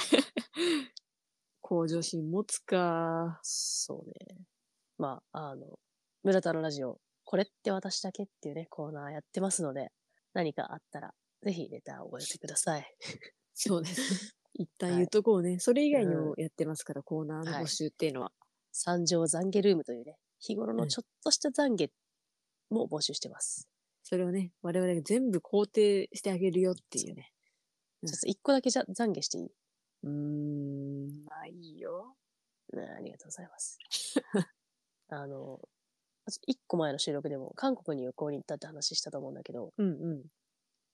Speaker 2: 向上心持つか。
Speaker 1: そうね。まあ、あの、村田のラジオ、これって私だけっていうね、コーナーやってますので、何かあったら、ぜひレターをお寄せください。
Speaker 2: そうです。一旦
Speaker 1: [LAUGHS] は
Speaker 2: 言
Speaker 1: い
Speaker 2: っとこうね。それ以外に
Speaker 1: うん
Speaker 2: もやってますから、コーナーの
Speaker 1: はい
Speaker 2: 募集っていうのは。
Speaker 1: 三条懺悔ルームというね、日頃
Speaker 2: う
Speaker 1: の
Speaker 2: ん
Speaker 1: ちょっとした懺悔も募集してます。
Speaker 2: それをね、我々が全部肯定してあげるよっていうね。うん
Speaker 1: ちょっと一個だけじゃ懺悔していい、
Speaker 2: うーん、まあいいよ。
Speaker 1: うんありがとうございます。 [LAUGHS] あの、一個前の収録でも韓国に旅行に行ったって話したと思うんだけど、
Speaker 2: うんう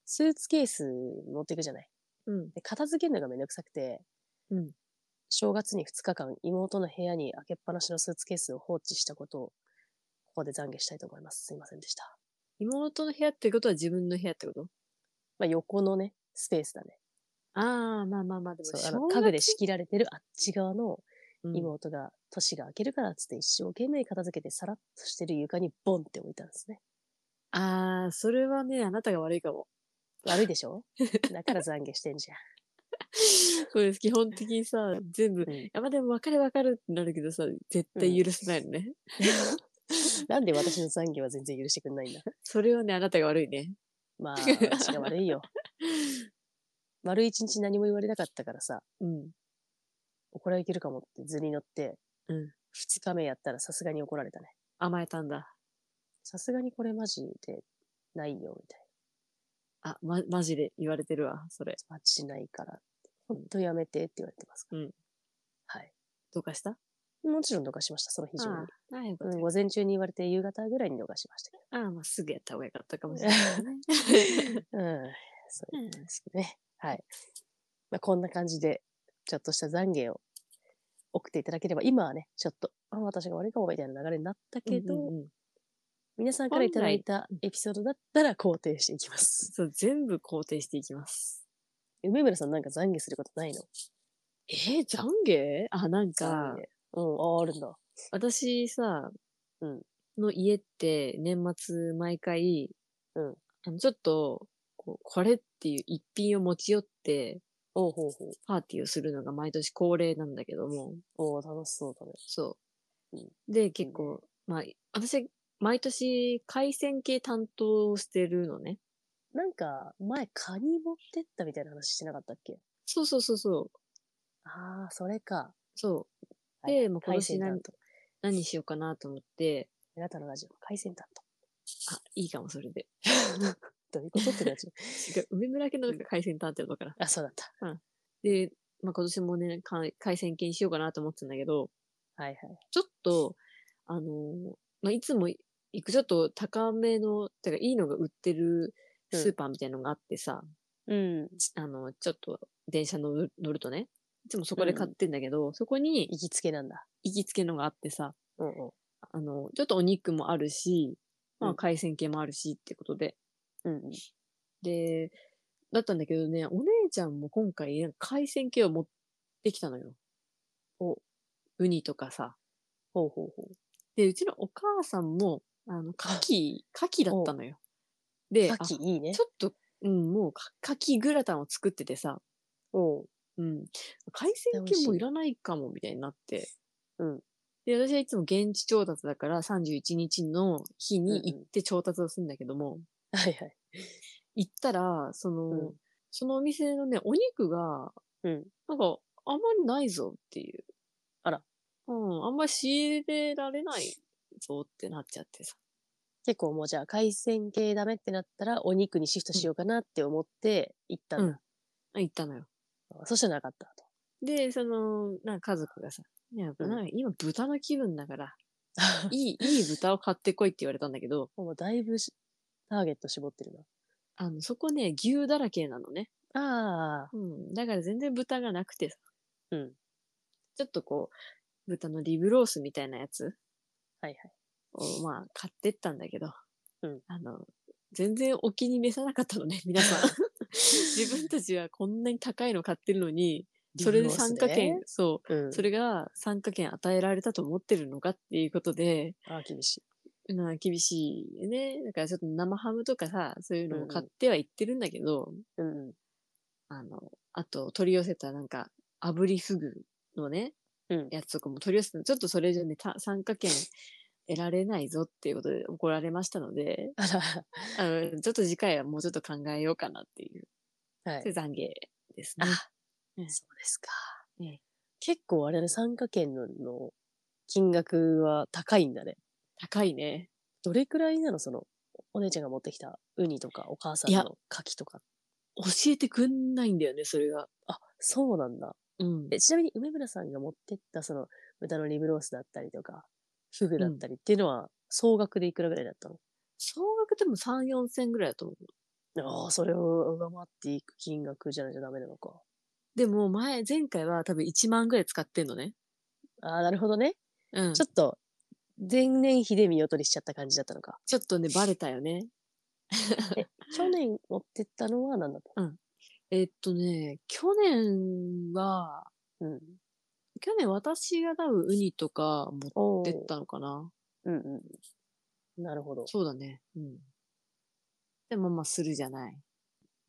Speaker 1: スーツケース持っていくじゃない。
Speaker 2: ん。うん。
Speaker 1: で、片付けるのがめんどくさくて、
Speaker 2: うん
Speaker 1: 正月に2日間妹の部屋に開けっぱなしのスーツケースを放置したことを、ここで懺悔したいと思います。すいませんでした。
Speaker 2: 妹の部屋ってことは自分の部屋ってこと
Speaker 1: まあ、横のね、スペースだね。
Speaker 2: ああ、まあまあまあ、でも
Speaker 1: そう、あの、家具で仕切られてるあっち側の
Speaker 2: うん
Speaker 1: 妹が、年が明けるからっつって一生懸命片付けてさらっとしてる床にボンって置いたんですね。
Speaker 2: ああ、それはね、あなたが悪いかも。 [LAUGHS]
Speaker 1: 悪いでしょだから懺悔してんじ
Speaker 2: そうです。基本的にさ、全部、
Speaker 1: うん
Speaker 2: いやまあでも分かる分かるってなるけどさ、絶対許せないのね。
Speaker 1: ゃん。なんで私の懺悔は全然許してくんないんだ
Speaker 2: それはね、あなたが悪いね。
Speaker 1: ま
Speaker 2: [LAUGHS]
Speaker 1: あ、私が悪いよ。丸一日何も言われなかったからさ、
Speaker 2: うん。
Speaker 1: 怒られてるかもって図に乗って、
Speaker 2: うん
Speaker 1: 二日目やったらさすがに怒られたね。
Speaker 2: 甘えたんだ。
Speaker 1: さすがにこれマジでないよ、みたい
Speaker 2: あ、ま、マジで言われてるわ、それ。
Speaker 1: な。マジないからって。ほんとやめてって言われてますから。
Speaker 2: うん
Speaker 1: はい。
Speaker 2: どうかした
Speaker 1: もちろん逃しました、その日中に。
Speaker 2: ああ、よかっ
Speaker 1: う
Speaker 2: た
Speaker 1: ん、午前中に言われて夕方ぐらいに逃しましたけ
Speaker 2: ああ、まあ、すぐやった方がよかったかもしれないね。 [LAUGHS]
Speaker 1: ど。うん。そういうことですけどね。はい。まあ、こんな感じで、ちょっとした懺悔を送っていただければ、今はね、ちょっと、あ、私が悪いかもみたいな流れになったけど、
Speaker 2: うんうんうん
Speaker 1: 皆さんからいただいたエピソードだったら肯定していきます。
Speaker 2: そう、全部肯定していきます。
Speaker 1: 梅村さんなんか懺悔することないの
Speaker 2: えー、懺悔あ、なん
Speaker 1: 懺
Speaker 2: か
Speaker 1: 悔、。うん、あ、あるんだ。
Speaker 2: 私さ、
Speaker 1: うん
Speaker 2: の家って年末毎回、
Speaker 1: うん
Speaker 2: あのちょっとこう、これっていう一品を持ち寄って、
Speaker 1: おうほうほう。
Speaker 2: パーティーをするのが毎年恒例なんだけども、
Speaker 1: おう楽しそうだね。
Speaker 2: そう
Speaker 1: うん。
Speaker 2: で、結構、まあ、私、毎年、海鮮系担当をしてるのね。
Speaker 1: なんか、前、カニ持ってったみたいな話してなかったっけ
Speaker 2: そうそうそうそう。
Speaker 1: ああ、それか。
Speaker 2: そう。
Speaker 1: はい
Speaker 2: で、まあ、今
Speaker 1: 海鮮
Speaker 2: 年何
Speaker 1: 担当。
Speaker 2: 何しようかなと思って、
Speaker 1: あなたのラジオ、海鮮担当。
Speaker 2: あ、いいかも、それで。 [LAUGHS]
Speaker 1: どういうことってラ [LAUGHS] ジオ。
Speaker 2: 違う、梅村家の海鮮担当だから。
Speaker 1: あ、そうだった。
Speaker 2: で、まあ、今年もね、か海鮮系にしようかなと思ってたんだけど、
Speaker 1: はいはい。
Speaker 2: ちょっと、あのーまあ、いつも行くちょっと高めの、てかいいのが売ってる
Speaker 1: うん
Speaker 2: スーパーみたいのがあってさ、
Speaker 1: うん。
Speaker 2: ちあの、ちょっと電車乗る乗るとね、いつもそこで買ってんだけど、そこに
Speaker 1: 行きつけなんだ。
Speaker 2: 行きつけのがあってさ、
Speaker 1: うんうん。
Speaker 2: あの、ちょっとお肉もあるし、ま
Speaker 1: う
Speaker 2: あ、
Speaker 1: ん
Speaker 2: 海鮮系もあるしってことで、
Speaker 1: うんうん。
Speaker 2: で、だったんだけどね、お姉ちゃんも今回、なんか海鮮系を持ってきたのよ。お、ウニとかさ。
Speaker 1: ほうほうほう。
Speaker 2: で、うちのお母さんも、あの、牡蠣、牡蠣だったのよ。で、
Speaker 1: 牡蠣いい
Speaker 2: あ
Speaker 1: ね
Speaker 2: ち。ょっと、うん、もうか、牡蠣グラタンを作っててさ、
Speaker 1: おう
Speaker 2: うん、海鮮
Speaker 1: 美味しい
Speaker 2: 系もいらないかも、みたいになって。
Speaker 1: うん。
Speaker 2: で、私はいつも現地調達だから、31日の日に行って調達をするんだけども、
Speaker 1: [LAUGHS] はいはい。
Speaker 2: 行ったら、その、
Speaker 1: うん
Speaker 2: そのお店のね、お肉が、
Speaker 1: うん
Speaker 2: なんか、あんまりないぞっていう。
Speaker 1: あら。
Speaker 2: うん、あんまり仕入れられないぞってなっちゃってさ。
Speaker 1: 結構もうじゃあ海鮮系ダメってなったらお肉にシフトしようかなって思って行ったんだ。
Speaker 2: あ行ったのよ。
Speaker 1: そしたらなかったと。
Speaker 2: で、その、なんか家族がさ、いや、
Speaker 1: うん
Speaker 2: なんか今豚の気分だ
Speaker 1: [LAUGHS]
Speaker 2: から、いい、いい豚を買ってこいって言われたんだけど、
Speaker 1: もうだいぶしターゲット絞ってる
Speaker 2: あの、そこね、牛だらけなのね。
Speaker 1: な。ああ。
Speaker 2: うん。だから全然豚がなくてさ。
Speaker 1: うん。
Speaker 2: ちょっとこう、豚のリブロースみたいなやつ
Speaker 1: はいはい。
Speaker 2: を、まあ、買ってったんだけど、
Speaker 1: うん
Speaker 2: あの、全然お気に召さなかった
Speaker 1: [LAUGHS]
Speaker 2: のね、皆さん。自分たちはこんなに高いの買ってるのに、それで参加権、そうう、
Speaker 1: ん。
Speaker 2: それが参加権与えられたと思ってるのかっていうことで、
Speaker 1: ああ、厳しい。
Speaker 2: な厳しいね。だからちょっと生ハムとかさ、そういうのも買ってはいってるんだけど、
Speaker 1: うんうん。 [LAUGHS]
Speaker 2: あの、あと取り寄せたなんか、炙りフグのね、
Speaker 1: うん
Speaker 2: やつとかも取り寄せたのちょっとそれじゃね、た参加権得られないぞっていうことで怒られましたので、
Speaker 1: あら、
Speaker 2: あのちょっと次回はもうちょっと考えようかなっていう、
Speaker 1: はい
Speaker 2: そうい。う懺悔ですね。
Speaker 1: あ、
Speaker 2: うん
Speaker 1: そうですか。
Speaker 2: ええ
Speaker 1: 結構あれだね、参加券のの金額は高いんだね。
Speaker 2: 高いね。
Speaker 1: どれくらいなのその、お姉ちゃんが持ってきたウニとかお母さん
Speaker 2: いや
Speaker 1: の牡蠣とか。
Speaker 2: 教えてくんないんだよね、それが。
Speaker 1: あ、そうなんだ。
Speaker 2: うん。
Speaker 1: でちなみに梅村さんが持ってったその豚のリブロースだったりとか、フグだったりっていうのは総額でいくらぐらいだったの、
Speaker 2: 総額でも3、4千ぐらいだと思う。
Speaker 1: ああ、それを上回っていく金額じゃないとダメなのか。
Speaker 2: でも前、前回は多分1万ぐらい使ってんのね。
Speaker 1: ああ、なるほどね。
Speaker 2: うん。
Speaker 1: ちょっと、前年比で見劣りしちゃった感じだったのか。
Speaker 2: ちょっとね、バレたよね。
Speaker 1: 去年持ってったのは何だった
Speaker 2: えっとね、去年は、
Speaker 1: のうん。
Speaker 2: 去年私が多分ウニとか持
Speaker 1: お
Speaker 2: って
Speaker 1: ー
Speaker 2: ったのかな。
Speaker 1: うんうん。なるほど。
Speaker 2: そうだね。うん。でもまあするじゃない。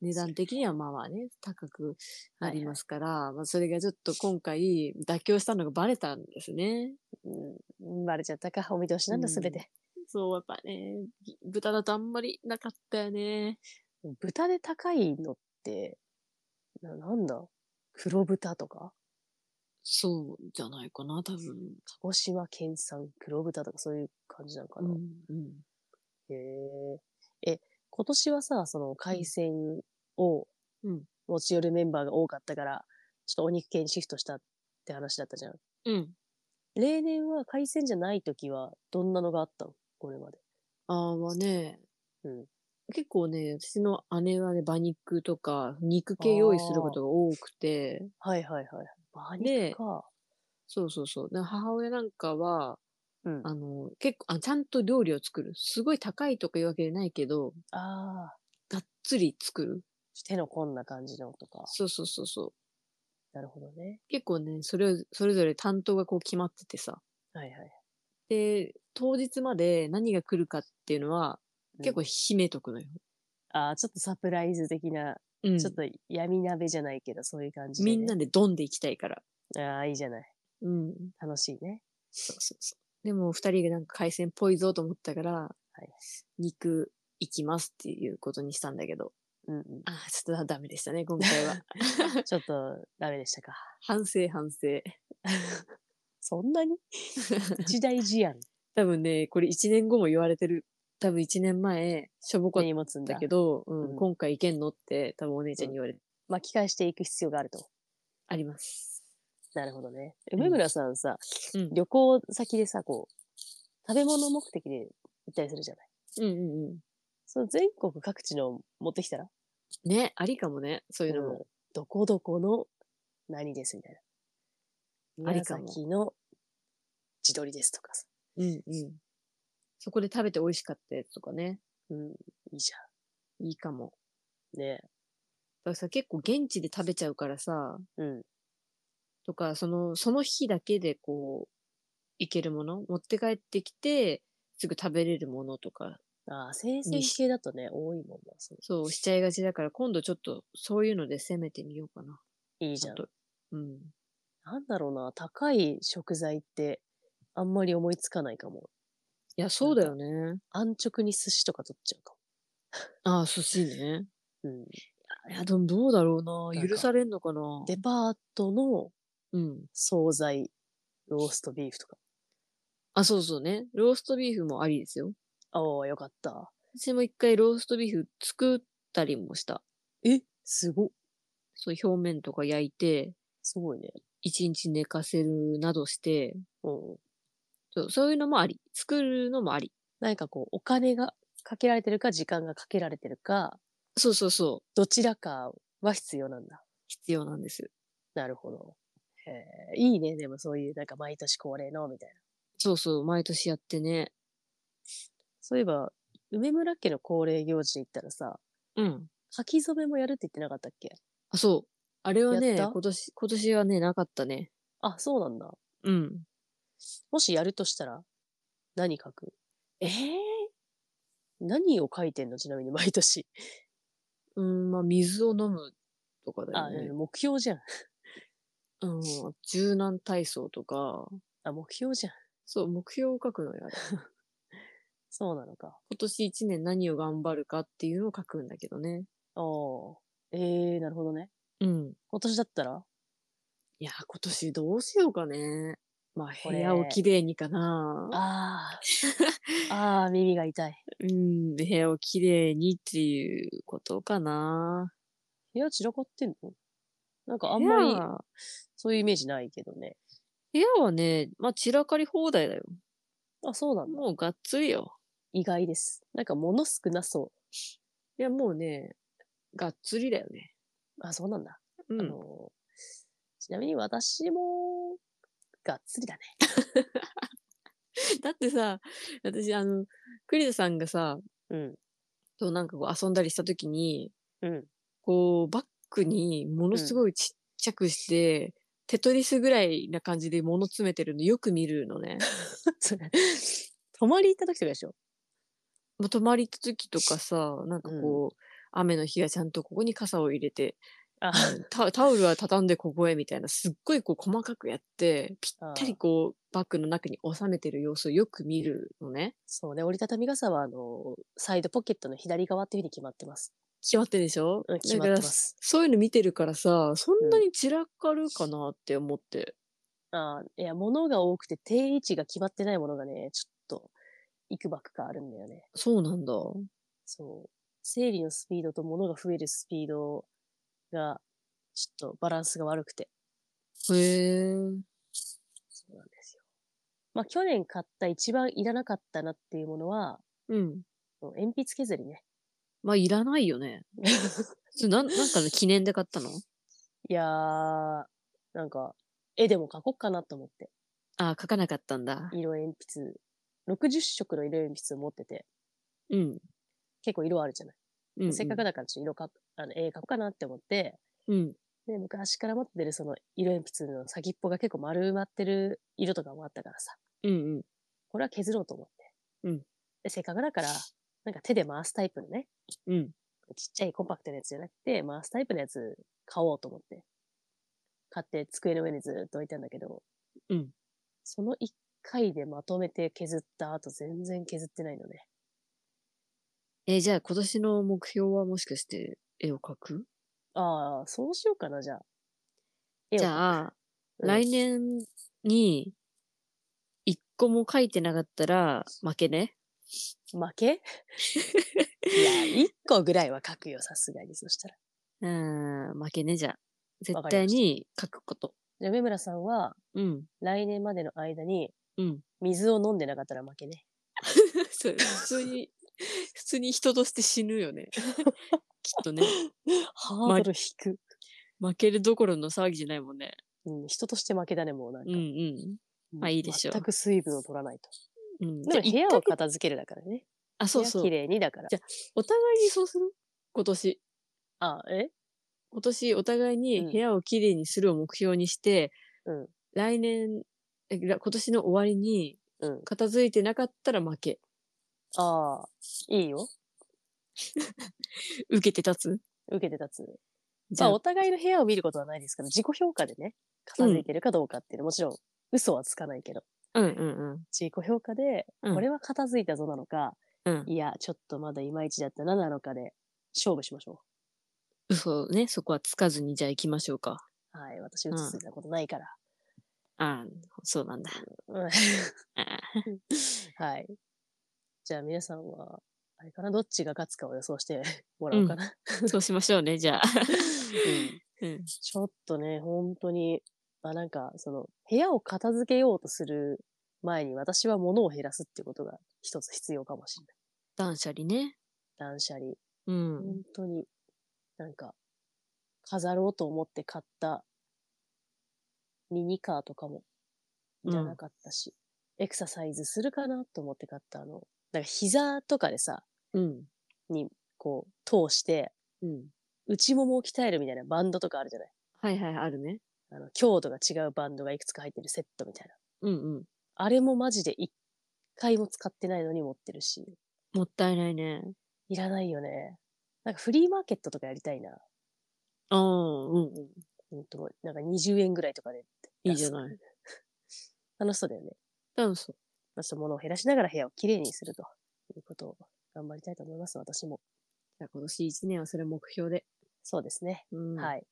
Speaker 2: 値段的にはまあまあね、高くなりますから、まあそれがちょっと今回妥協したのがバレたんですね。
Speaker 1: うん、バレちゃったか。お見通しなんだ、
Speaker 2: うん
Speaker 1: すべて。
Speaker 2: そう、やっぱね、豚だとあんまりなかったよね。
Speaker 1: 豚で高いのって、ななんだ黒豚とか
Speaker 2: そうじゃないかな、多分。
Speaker 1: 鹿児島県産黒豚とかそういう感じなのか
Speaker 2: う
Speaker 1: な、
Speaker 2: ん、うん。
Speaker 1: へえ。え、今年はさ、その海鮮を
Speaker 2: うん
Speaker 1: 持ち寄るメンバーが多かったから、ちょっとお肉系にシフトしたって話だったじゃん。
Speaker 2: うん。
Speaker 1: 例年は海鮮じゃない時はどんなのがあったのこれまで。
Speaker 2: あーまあね、
Speaker 1: うん
Speaker 2: 結構ね、私の姉はね、馬肉とか、肉系用意することが多くて、
Speaker 1: はいはいはい。馬
Speaker 2: で
Speaker 1: 肉か。
Speaker 2: そうそうそう。で母親なんかは、
Speaker 1: うん。あ
Speaker 2: あの、結構あ、ちゃんと料理を作る。すごい高いとかいうわけじゃないけど、
Speaker 1: あ
Speaker 2: がっつり作る。
Speaker 1: ー、手のこんな感じのとか。
Speaker 2: そうそうそうそう。
Speaker 1: なるほどね。
Speaker 2: 結構ね、それ、それぞれ担当がこう決まっててさ。
Speaker 1: はいはい。
Speaker 2: で、当日まで何が来るかっていうの
Speaker 1: う
Speaker 2: は、
Speaker 1: ん
Speaker 2: 結構秘めとくのよ。
Speaker 1: ああ、ちょっとサプライズ的な、
Speaker 2: うん
Speaker 1: ちょっと闇鍋じゃないけど、そういう感じで、
Speaker 2: み
Speaker 1: ね。
Speaker 2: んなでドンで行きたいから。
Speaker 1: ああ、いいじゃない。
Speaker 2: うん。
Speaker 1: 楽しいね。
Speaker 2: そうそうそう。でも、二人がなんか海鮮っぽいぞと思ったから、
Speaker 1: い
Speaker 2: 肉行きますっていうことにしたんだけど、
Speaker 1: うんう
Speaker 2: あーちょっとダメでしたね、今回は。
Speaker 1: ん。ちょっと、ダメでしたか。
Speaker 2: [LAUGHS] 反省反省。 [LAUGHS]
Speaker 1: そんなに一大事やん。
Speaker 2: 多分ね、これ1年後も言われてる。多分1年前、しょぼかっ
Speaker 1: 根に持つん
Speaker 2: た
Speaker 1: だ
Speaker 2: け。ど、うん
Speaker 1: うん
Speaker 2: 今回いけんのって多分お姉ちゃんに言われて、
Speaker 1: 巻き返していく必要があると。
Speaker 2: あります。
Speaker 1: なるほどね。
Speaker 2: ん
Speaker 1: 梅村さんさ、
Speaker 2: うん
Speaker 1: 旅行先でさ、こう、食べ物目的で行ったりするじゃない。
Speaker 2: うんうんう
Speaker 1: その全国各地の持ってきたら、
Speaker 2: ん。ね、ありかもね、そういうの
Speaker 1: うん
Speaker 2: も。
Speaker 1: どこどこの何ですみたいな。
Speaker 2: ありかも
Speaker 1: 紫の地鶏ですとかさ。
Speaker 2: うんうん。そこで食べて美味しかったやつとかね、
Speaker 1: うん、いいじ
Speaker 2: いいかも。
Speaker 1: ゃん。ね
Speaker 2: だからさ、結構現地で食べちゃうからさ、
Speaker 1: うん。
Speaker 2: とか、その、その日だけでこう、いけるもの持って帰ってきて、すぐ食べれるものとか、
Speaker 1: ああ、生鮮系だとね、多いもんな。そう
Speaker 2: そうしちゃいがちだから、今度ちょっとそういうので攻めてみようかな。
Speaker 1: いい
Speaker 2: ち
Speaker 1: じ
Speaker 2: ゃ
Speaker 1: ゃん。
Speaker 2: んと。うん。
Speaker 1: なんだろうな、高い食材って、あんまり思いつかないかも。
Speaker 2: いや、そうだよね。
Speaker 1: 安直に寿司とか取っちゃうか
Speaker 2: ああ、寿司ね。
Speaker 1: も。うん。
Speaker 2: いや、でもどうだろう
Speaker 1: な
Speaker 2: なん
Speaker 1: か
Speaker 2: 許されんのかな
Speaker 1: デパートの
Speaker 2: うん。
Speaker 1: 惣菜、ローストビーフとか。
Speaker 2: あ、そうそうね。ローストビーフもありですよ。
Speaker 1: ああ、よかった。
Speaker 2: 私も一回ローストビーフ作ったりもした。
Speaker 1: えすご。
Speaker 2: そう、表面とか焼いて、
Speaker 1: すごいね。
Speaker 2: 一日寝かせるなどして、
Speaker 1: うん。
Speaker 2: そうそういうのもあり。作るのもあり。
Speaker 1: 何かこう、お金がかけられてるか、時間がかけられてるか、
Speaker 2: そうそうそう。
Speaker 1: どちらかは必要なんだ。
Speaker 2: 必要なんです。
Speaker 1: なるほど。へえいいね。でもそういう、なんか毎年恒例の、みたいな。
Speaker 2: そうそう、毎年やってね。
Speaker 1: そういえば、梅村家の恒例行事で言ったらさ、
Speaker 2: うん。
Speaker 1: 書き初めもやるって言ってなかったっけ
Speaker 2: あ、そう。あれはね、
Speaker 1: やった
Speaker 2: 今年、今年はね、なかったね。
Speaker 1: あ、そうなんだ。
Speaker 2: うん。
Speaker 1: もしやるとしたら、何書く
Speaker 2: ええ
Speaker 1: 何を書いてんのちなみに毎年。
Speaker 2: うん、まあ、水を飲むとかだ
Speaker 1: あ、
Speaker 2: よね。
Speaker 1: 目標じゃん。
Speaker 2: うん、柔軟体操とか、
Speaker 1: あ、目標じゃん。
Speaker 2: そう、目標を書くのよ。あれ
Speaker 1: そうなのか。
Speaker 2: 今年一年何を頑張るかっていうのを書くんだけどね。
Speaker 1: おー。えー、なるほどね。
Speaker 2: うん。
Speaker 1: 今年だったら
Speaker 2: いや、今年どうしようかね。まあ、
Speaker 1: こ
Speaker 2: 部
Speaker 1: れ
Speaker 2: 屋をきれいにかな。
Speaker 1: ああ。 [LAUGHS] ああ、耳が痛い。
Speaker 2: うん、部屋をきれいにっていうことかな。
Speaker 1: 部屋散らかってんのなんかあんまり
Speaker 2: 部屋
Speaker 1: そういうイメージないけどね。
Speaker 2: 部屋はね、まあ、散らかり放題だよ。
Speaker 1: あ、そうなんだ。
Speaker 2: もうがっつりよ。
Speaker 1: 意外です。なんか物少なそ
Speaker 2: いや、もうね、がっつりだよね。
Speaker 1: う。あ、そうなんだ。
Speaker 2: う
Speaker 1: あ
Speaker 2: ん。
Speaker 1: のちなみに私も、がっつりだね。
Speaker 2: だってさ、私、あの、栗田さんがさ、
Speaker 1: うん。
Speaker 2: となんかこう遊んだりした時に、
Speaker 1: うん。
Speaker 2: こう、バッグにものすごいちっちゃくして、テトリスぐらいな感じで物詰めてるのよく見るの [LAUGHS] ね。
Speaker 1: それ [LAUGHS] 泊まり行った時とかでしょ
Speaker 2: まあ、泊まり行った時とかさ、なんかこう、雨の日はちゃんとここに傘を入れて、
Speaker 1: あ、
Speaker 2: タタオルは畳んでここへみたいな、すっごいこう細かくやって、ぴったりこう、バッグの中に収めてる様子をよく見るのね。
Speaker 1: そうね。折りたたみ傘は、あの、サイドポケットの左側っていうふうに決まってます。
Speaker 2: 決まってるでしょ
Speaker 1: うん、決まってま。す。
Speaker 2: そういうの見てるからさ、そんなに散らかるかなって思って。
Speaker 1: あーいや、物が多くて定位置が決まってないものがね、ちょっと、幾ばくかあるんだよね。
Speaker 2: そうなんだ。
Speaker 1: そう。生理のスピードと物が増えるスピードが、ちょっとバランスが悪くて。
Speaker 2: へえ。
Speaker 1: そうなんですよ。まあ、去年買った一番いらなかったなっていうものは、
Speaker 2: うん。
Speaker 1: もう鉛筆削りね。
Speaker 2: まあ、いらないよね。それなんなんかの記念で買ったの
Speaker 1: いやー、なんか、絵でも描こうかなと思って。
Speaker 2: ああ、書かなかったんだ。
Speaker 1: 色鉛筆。60色の色鉛筆を持ってて、
Speaker 2: うん。
Speaker 1: 結構色あるじゃない。
Speaker 2: うん、
Speaker 1: せっかくだからちょっと色か、あの、絵描こうかなって思って、
Speaker 2: うん。
Speaker 1: で、昔から持ってるその色鉛筆の先っぽが結構丸まってる色とかもあったからさ、
Speaker 2: うん。うん。
Speaker 1: これは削ろうと思って。
Speaker 2: うん
Speaker 1: で、せっかくだから、なんか手で回すタイプのね、
Speaker 2: うん。
Speaker 1: ちっちゃいコンパクトなやつじゃなくて、回すタイプのやつ買おうと思って。買って机の上にずーっと置いたんだけど、
Speaker 2: うん。
Speaker 1: その一回でまとめて削った後全然削ってないのね。
Speaker 2: えーじゃあ今年の目標はもしかして絵を描く
Speaker 1: ああ、そうしようかな、じゃあ。絵を
Speaker 2: じゃあ、
Speaker 1: うん
Speaker 2: 来年に一個も描いてなかったら負けね。
Speaker 1: 負
Speaker 2: [LAUGHS]
Speaker 1: けいや、一個ぐらいは書くよ、さすがに。そしたら。
Speaker 2: うん、負けねじゃあ。絶
Speaker 1: わかりました
Speaker 2: 対に描くこと。
Speaker 1: じゃあ、梅村さんは、 [LAUGHS]
Speaker 2: うん。
Speaker 1: 来年までの間に、
Speaker 2: うん。
Speaker 1: 水を飲んでなかったら負けね。
Speaker 2: それ普通 [LAUGHS] に、普通に人として死ぬよね。 [LAUGHS] きっとね。
Speaker 1: ハードル低く。
Speaker 2: 負けるどころの騒ぎじゃないもんね。
Speaker 1: うん、人として負けだね、もうなん
Speaker 2: う
Speaker 1: か。
Speaker 2: んうん。まあ
Speaker 1: うん
Speaker 2: いいでしょう
Speaker 1: 全く水分を取らないと。
Speaker 2: うん、
Speaker 1: でも部
Speaker 2: じゃ
Speaker 1: 屋
Speaker 2: あ一
Speaker 1: を
Speaker 2: ヶ月
Speaker 1: 片付けるだからね。
Speaker 2: あ、そうそ
Speaker 1: 部屋綺。
Speaker 2: う
Speaker 1: 麗にだから
Speaker 2: じ。ゃお互いにそうする今年。
Speaker 1: あ、え
Speaker 2: 今年お互いに
Speaker 1: うん
Speaker 2: 部屋をきれいにするを目標にして、
Speaker 1: うん。
Speaker 2: 来年、えら今年の終わりに
Speaker 1: うん。
Speaker 2: 片付いてなかったら負け。
Speaker 1: ああ、いいよ。
Speaker 2: 受けて立つ
Speaker 1: 受けて立つ。
Speaker 2: じ
Speaker 1: ま
Speaker 2: ゃ
Speaker 1: あ、
Speaker 2: あ、
Speaker 1: お互いの部屋を見ることはないですから、自己評価でね、片付いてるかどうかっていうのもちろん、嘘はつかないけど、
Speaker 2: うんうん
Speaker 1: 自己評価で、
Speaker 2: うん
Speaker 1: これは片付いたぞなのか、
Speaker 2: うん。うん。
Speaker 1: いや、ちょっとまだいまいちだったななのかで、勝負しましょ
Speaker 2: 嘘をね、そこはつかずにじゃあ行きましょうか。
Speaker 1: う。はい、私、嘘ついたことないから。
Speaker 2: ああ、そうなんだ。
Speaker 1: うん
Speaker 2: ああ
Speaker 1: はい。じゃあ、皆さんは、あれかな、どっちが勝つかを予想してもらおうかな。
Speaker 2: [LAUGHS] そうしましょうね、じゃあ。
Speaker 1: うん
Speaker 2: [LAUGHS] うん。
Speaker 1: ちょっとね、本当に、まあなんか、その、部屋を片付けようとする前に私は物を減らすってことが一つ必要かもしれない。
Speaker 2: 断捨離ね。
Speaker 1: 断捨離。
Speaker 2: うん。
Speaker 1: 本当に、なんか、飾ろうと思って買ったミニカーとかも、いらなかったし、エクササイズするかなと思って買ったあの、なんか膝とかでさ、
Speaker 2: うん。
Speaker 1: こう、通して、
Speaker 2: うん。
Speaker 1: 内ももを鍛えるみたいなバンドとかあるじゃない
Speaker 2: はいはい、あるね。
Speaker 1: あの、強度が違うバンドがいくつか入ってるセットみたいな。
Speaker 2: うんうん。
Speaker 1: あれもマジで一回も使ってないのに持ってるし、
Speaker 2: もったいないね。
Speaker 1: いらないよね。なんかフリーマーケットとかやりたいな。
Speaker 2: ああ、うんうん。
Speaker 1: ほんともうなんか20円ぐらいとかで。
Speaker 2: いいじゃない。
Speaker 1: [LAUGHS] 楽しそうだよね。
Speaker 2: 多分そう。
Speaker 1: まあちょっと物を減らしながら部屋をきれいにするということを頑張りたいと思います、私も。
Speaker 2: じゃあ今年一年はそれ目標で。
Speaker 1: そうですね。
Speaker 2: うん。い。
Speaker 1: はい。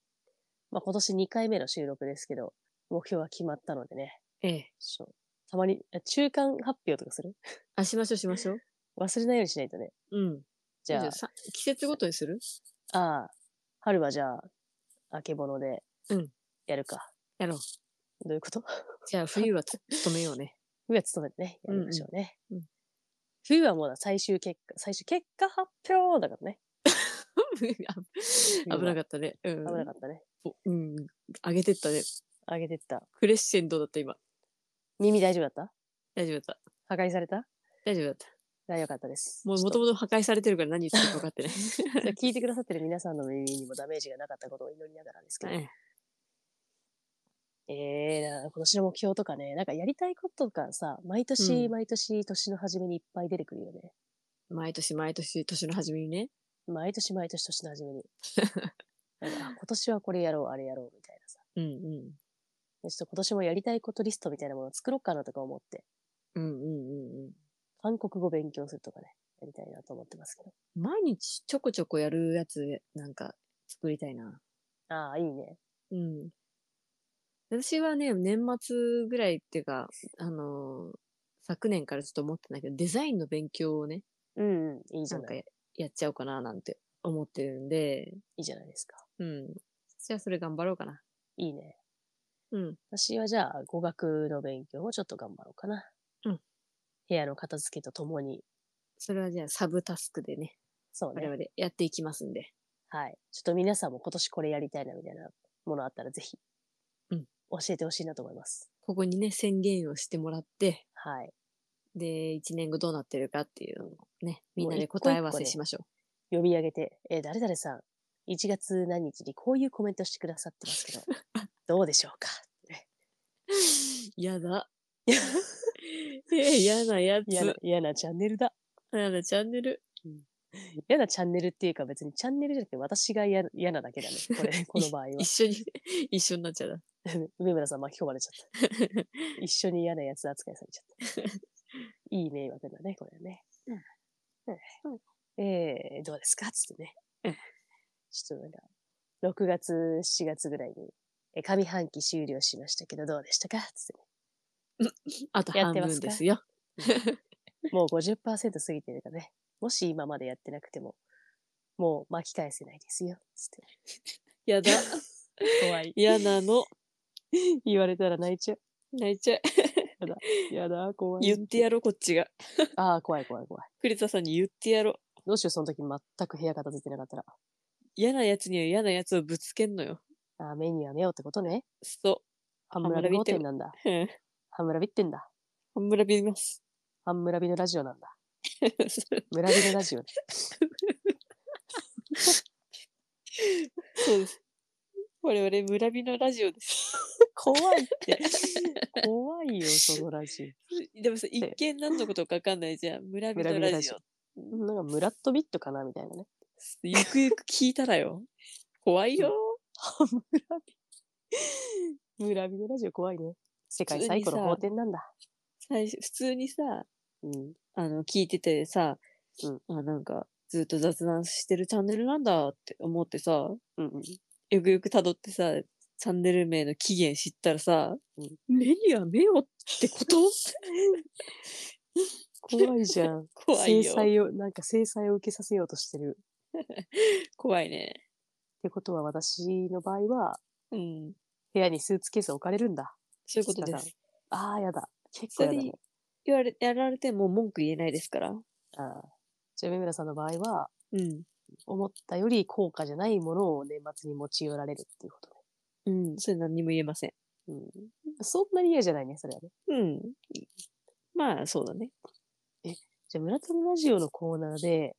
Speaker 1: まあ今年2回目の収録ですけど、目標は決まったのでね。
Speaker 2: ええ。
Speaker 1: そうたまに、あ中間発表とかする
Speaker 2: あ、しましょうしましょう。
Speaker 1: 忘れないようにしないとね。
Speaker 2: うん。
Speaker 1: じゃ
Speaker 2: さ季節ごとにする
Speaker 1: あ、ああ、春はじゃあ、あけぼので
Speaker 2: うん、
Speaker 1: やるか。
Speaker 2: やろう。
Speaker 1: どういうこと [LAUGHS]
Speaker 2: じゃあ冬はつ止めようね。 [LAUGHS]
Speaker 1: 冬は勤めてね、やりましょうね。
Speaker 2: うんうんうん
Speaker 1: 冬はもうだ最終結果、最終結果発表だからね。
Speaker 2: 危なかったね。うん。
Speaker 1: 危なかったね。
Speaker 2: おうん。上げてったね。
Speaker 1: 上げてった。
Speaker 2: クレッシェンドだった今。
Speaker 1: 耳大丈夫だった
Speaker 2: 大丈夫だった。
Speaker 1: 破壊された
Speaker 2: 大丈夫だった。
Speaker 1: 大丈夫かったです。
Speaker 2: もう
Speaker 1: ちょっ
Speaker 2: もともと破壊されてるから何言ってるか分かってない。
Speaker 1: と聞いてくださってる皆さんの耳にもダメージがなかったことを祈りながらですけど。
Speaker 2: [LAUGHS] ええ
Speaker 1: えー、な今年の目標とかね、なんかやりたいことがさ、毎年
Speaker 2: うん
Speaker 1: 毎年年の初めにいっぱい出てくるよね。
Speaker 2: 毎年毎年年の初めにね。
Speaker 1: 毎年毎年年の初め
Speaker 2: [LAUGHS]
Speaker 1: に。なんかあ今年はこれやろう、あれやろうみたいなさ。
Speaker 2: うん
Speaker 1: でちょっと今年もやりたいことリストみたいなものを作ろうかなとか思って。
Speaker 2: うん。うんうんうんうん。
Speaker 1: 韓国語勉強するとかね、やりたいなと思ってますけど。
Speaker 2: 毎日ちょこちょこやるやつなんか作りたいな。
Speaker 1: ああ、いいね。
Speaker 2: うん。私はね、年末ぐらいっていうか、あのー昨年からちょっと思ってないけど、デザインの勉強をね、
Speaker 1: うん、うん、いいじ
Speaker 2: な
Speaker 1: ゃ
Speaker 2: ん
Speaker 1: な
Speaker 2: か
Speaker 1: い。
Speaker 2: ややっちゃおうかななんて思ってるんで、
Speaker 1: いいじゃないですか。
Speaker 2: うん。じゃあそれ頑張ろうかな。
Speaker 1: いいね。
Speaker 2: うん。
Speaker 1: 私はじゃあ語学の勉強をちょっと頑張ろうかな。部屋の片付けとともに、
Speaker 2: それはじゃあサブタスクでね、
Speaker 1: そう
Speaker 2: 我
Speaker 1: ね。
Speaker 2: 々やっていきますんで。
Speaker 1: はい。ちょっと皆さんも今年これやりたいなみたいなものあったらぜひ、
Speaker 2: うん
Speaker 1: 教えてほしいなと思います。
Speaker 2: ここにね、宣言をしてもらって、
Speaker 1: はい。
Speaker 2: で、一年後どうなってるかっていうのをね、みんな
Speaker 1: もう
Speaker 2: で
Speaker 1: 一個
Speaker 2: 答え合わ
Speaker 1: 一個
Speaker 2: せ
Speaker 1: ね
Speaker 2: しましょ
Speaker 1: 読み上げて、えー誰々さん、1月何日にこういうコメントしてくださってますけ
Speaker 2: [LAUGHS]
Speaker 1: ど、どうでしょうか
Speaker 2: う。やだ。え、 [LAUGHS] 嫌なやつ。
Speaker 1: 嫌な
Speaker 2: 嫌、
Speaker 1: 嫌なチャンネルだ。
Speaker 2: なチャンネル。
Speaker 1: 嫌なチャンネルっていうか別にチャンネルじゃなくて私が嫌嫌なだけだね。こ
Speaker 2: [LAUGHS]
Speaker 1: れ、この場合は。
Speaker 2: 一緒に、一緒になっちゃうな。 [LAUGHS]
Speaker 1: 梅村さん巻き込まれちゃった。一緒に嫌なやつ扱いされちゃ [LAUGHS] った。いい迷惑だね、これはね。えー、どうですかつってね
Speaker 2: うん。
Speaker 1: ちょっとなんか、6月、7月ぐらいに、えー上半期終了しましたけど、どうでしたかつってね、
Speaker 2: あと
Speaker 1: やっ
Speaker 2: 半
Speaker 1: てます
Speaker 2: 分
Speaker 1: か
Speaker 2: ですよ。
Speaker 1: [LAUGHS] もう50%過ぎてるからね。もし今までやってなくても、もう巻き返せないですよ。つって。
Speaker 2: [LAUGHS] やだ。
Speaker 1: 怖い。
Speaker 2: 嫌なの。
Speaker 1: [LAUGHS] 言われたら泣いちゃう。
Speaker 2: 泣いちゃう。
Speaker 1: やだ、怖い。
Speaker 2: 言ってやろう、こっちが。
Speaker 1: ああ、怖い怖い怖い。
Speaker 2: 栗田さんに言ってやろう。
Speaker 1: どうしよう、その時全く部屋片付いてなかったら。
Speaker 2: 嫌なやつには嫌なやつをぶつけんのよ。
Speaker 1: あー目には目をってことね。
Speaker 2: そ
Speaker 1: ハンムラビ
Speaker 2: ハンムラビ
Speaker 1: 御
Speaker 2: って
Speaker 1: 殿なんだ。
Speaker 2: う。うん。
Speaker 1: ハンムラビってんだ。
Speaker 2: ほんむらびます。 [LAUGHS]
Speaker 1: ハンムラビのラジオなんだ。村ビのラジオ。
Speaker 2: そうです。 [LAUGHS] 我々、村人のラジオです。
Speaker 1: [LAUGHS] 怖いって。 [LAUGHS] 怖いよ、そのラジ
Speaker 2: でもさ、一見何のことかわかんないじゃん。村人
Speaker 1: 村
Speaker 2: の
Speaker 1: 人
Speaker 2: ラ
Speaker 1: ラ
Speaker 2: ジ
Speaker 1: ジ
Speaker 2: オ
Speaker 1: オ。オ。なんか、ムラットビットかなみたいなね。
Speaker 2: ゆくゆく聞いたらよ。 [LAUGHS] 怖いよ。
Speaker 1: ハンムラビ。村ビのラジオ怖いね。世界最古の法典なんだ。
Speaker 2: 最初、普通にさ、
Speaker 1: うん。
Speaker 2: あの、聞いててさ、
Speaker 1: うん
Speaker 2: あ、なんか、ずっと雑談してるチャンネルなんだって思ってさ、
Speaker 1: うんうん。
Speaker 2: よくよく辿ってさ、チャンネル名の起源知ったらさ、
Speaker 1: うん
Speaker 2: 目には目をってこと [LAUGHS]
Speaker 1: [LAUGHS] 怖いじゃん。
Speaker 2: 怖い
Speaker 1: 制
Speaker 2: よ。
Speaker 1: 裁を、なんか制裁を受けさせようとしてる。っ
Speaker 2: 怖いね。
Speaker 1: てことは、私の場合は、
Speaker 2: うん。
Speaker 1: 部屋にスーツケース置かれるんだ。
Speaker 2: そういうこと
Speaker 1: だ
Speaker 2: で
Speaker 1: から
Speaker 2: す。
Speaker 1: ああ、やだ。結
Speaker 2: そ
Speaker 1: 構
Speaker 2: れ
Speaker 1: やだ
Speaker 2: で
Speaker 1: ね。
Speaker 2: 言われ、やられても文句言えないですから。
Speaker 1: ああじゃあ、梅村さんの場合は、
Speaker 2: うん。
Speaker 1: 思ったより高価じゃないものを年末に持ち寄られるっていうこと
Speaker 2: うん。それ何にも言えません。
Speaker 1: ね。うん。そんなに嫌じゃないね、それはね。
Speaker 2: うん。まあ、そうだね。
Speaker 1: じゃあ、村田のラジオのコーナーで、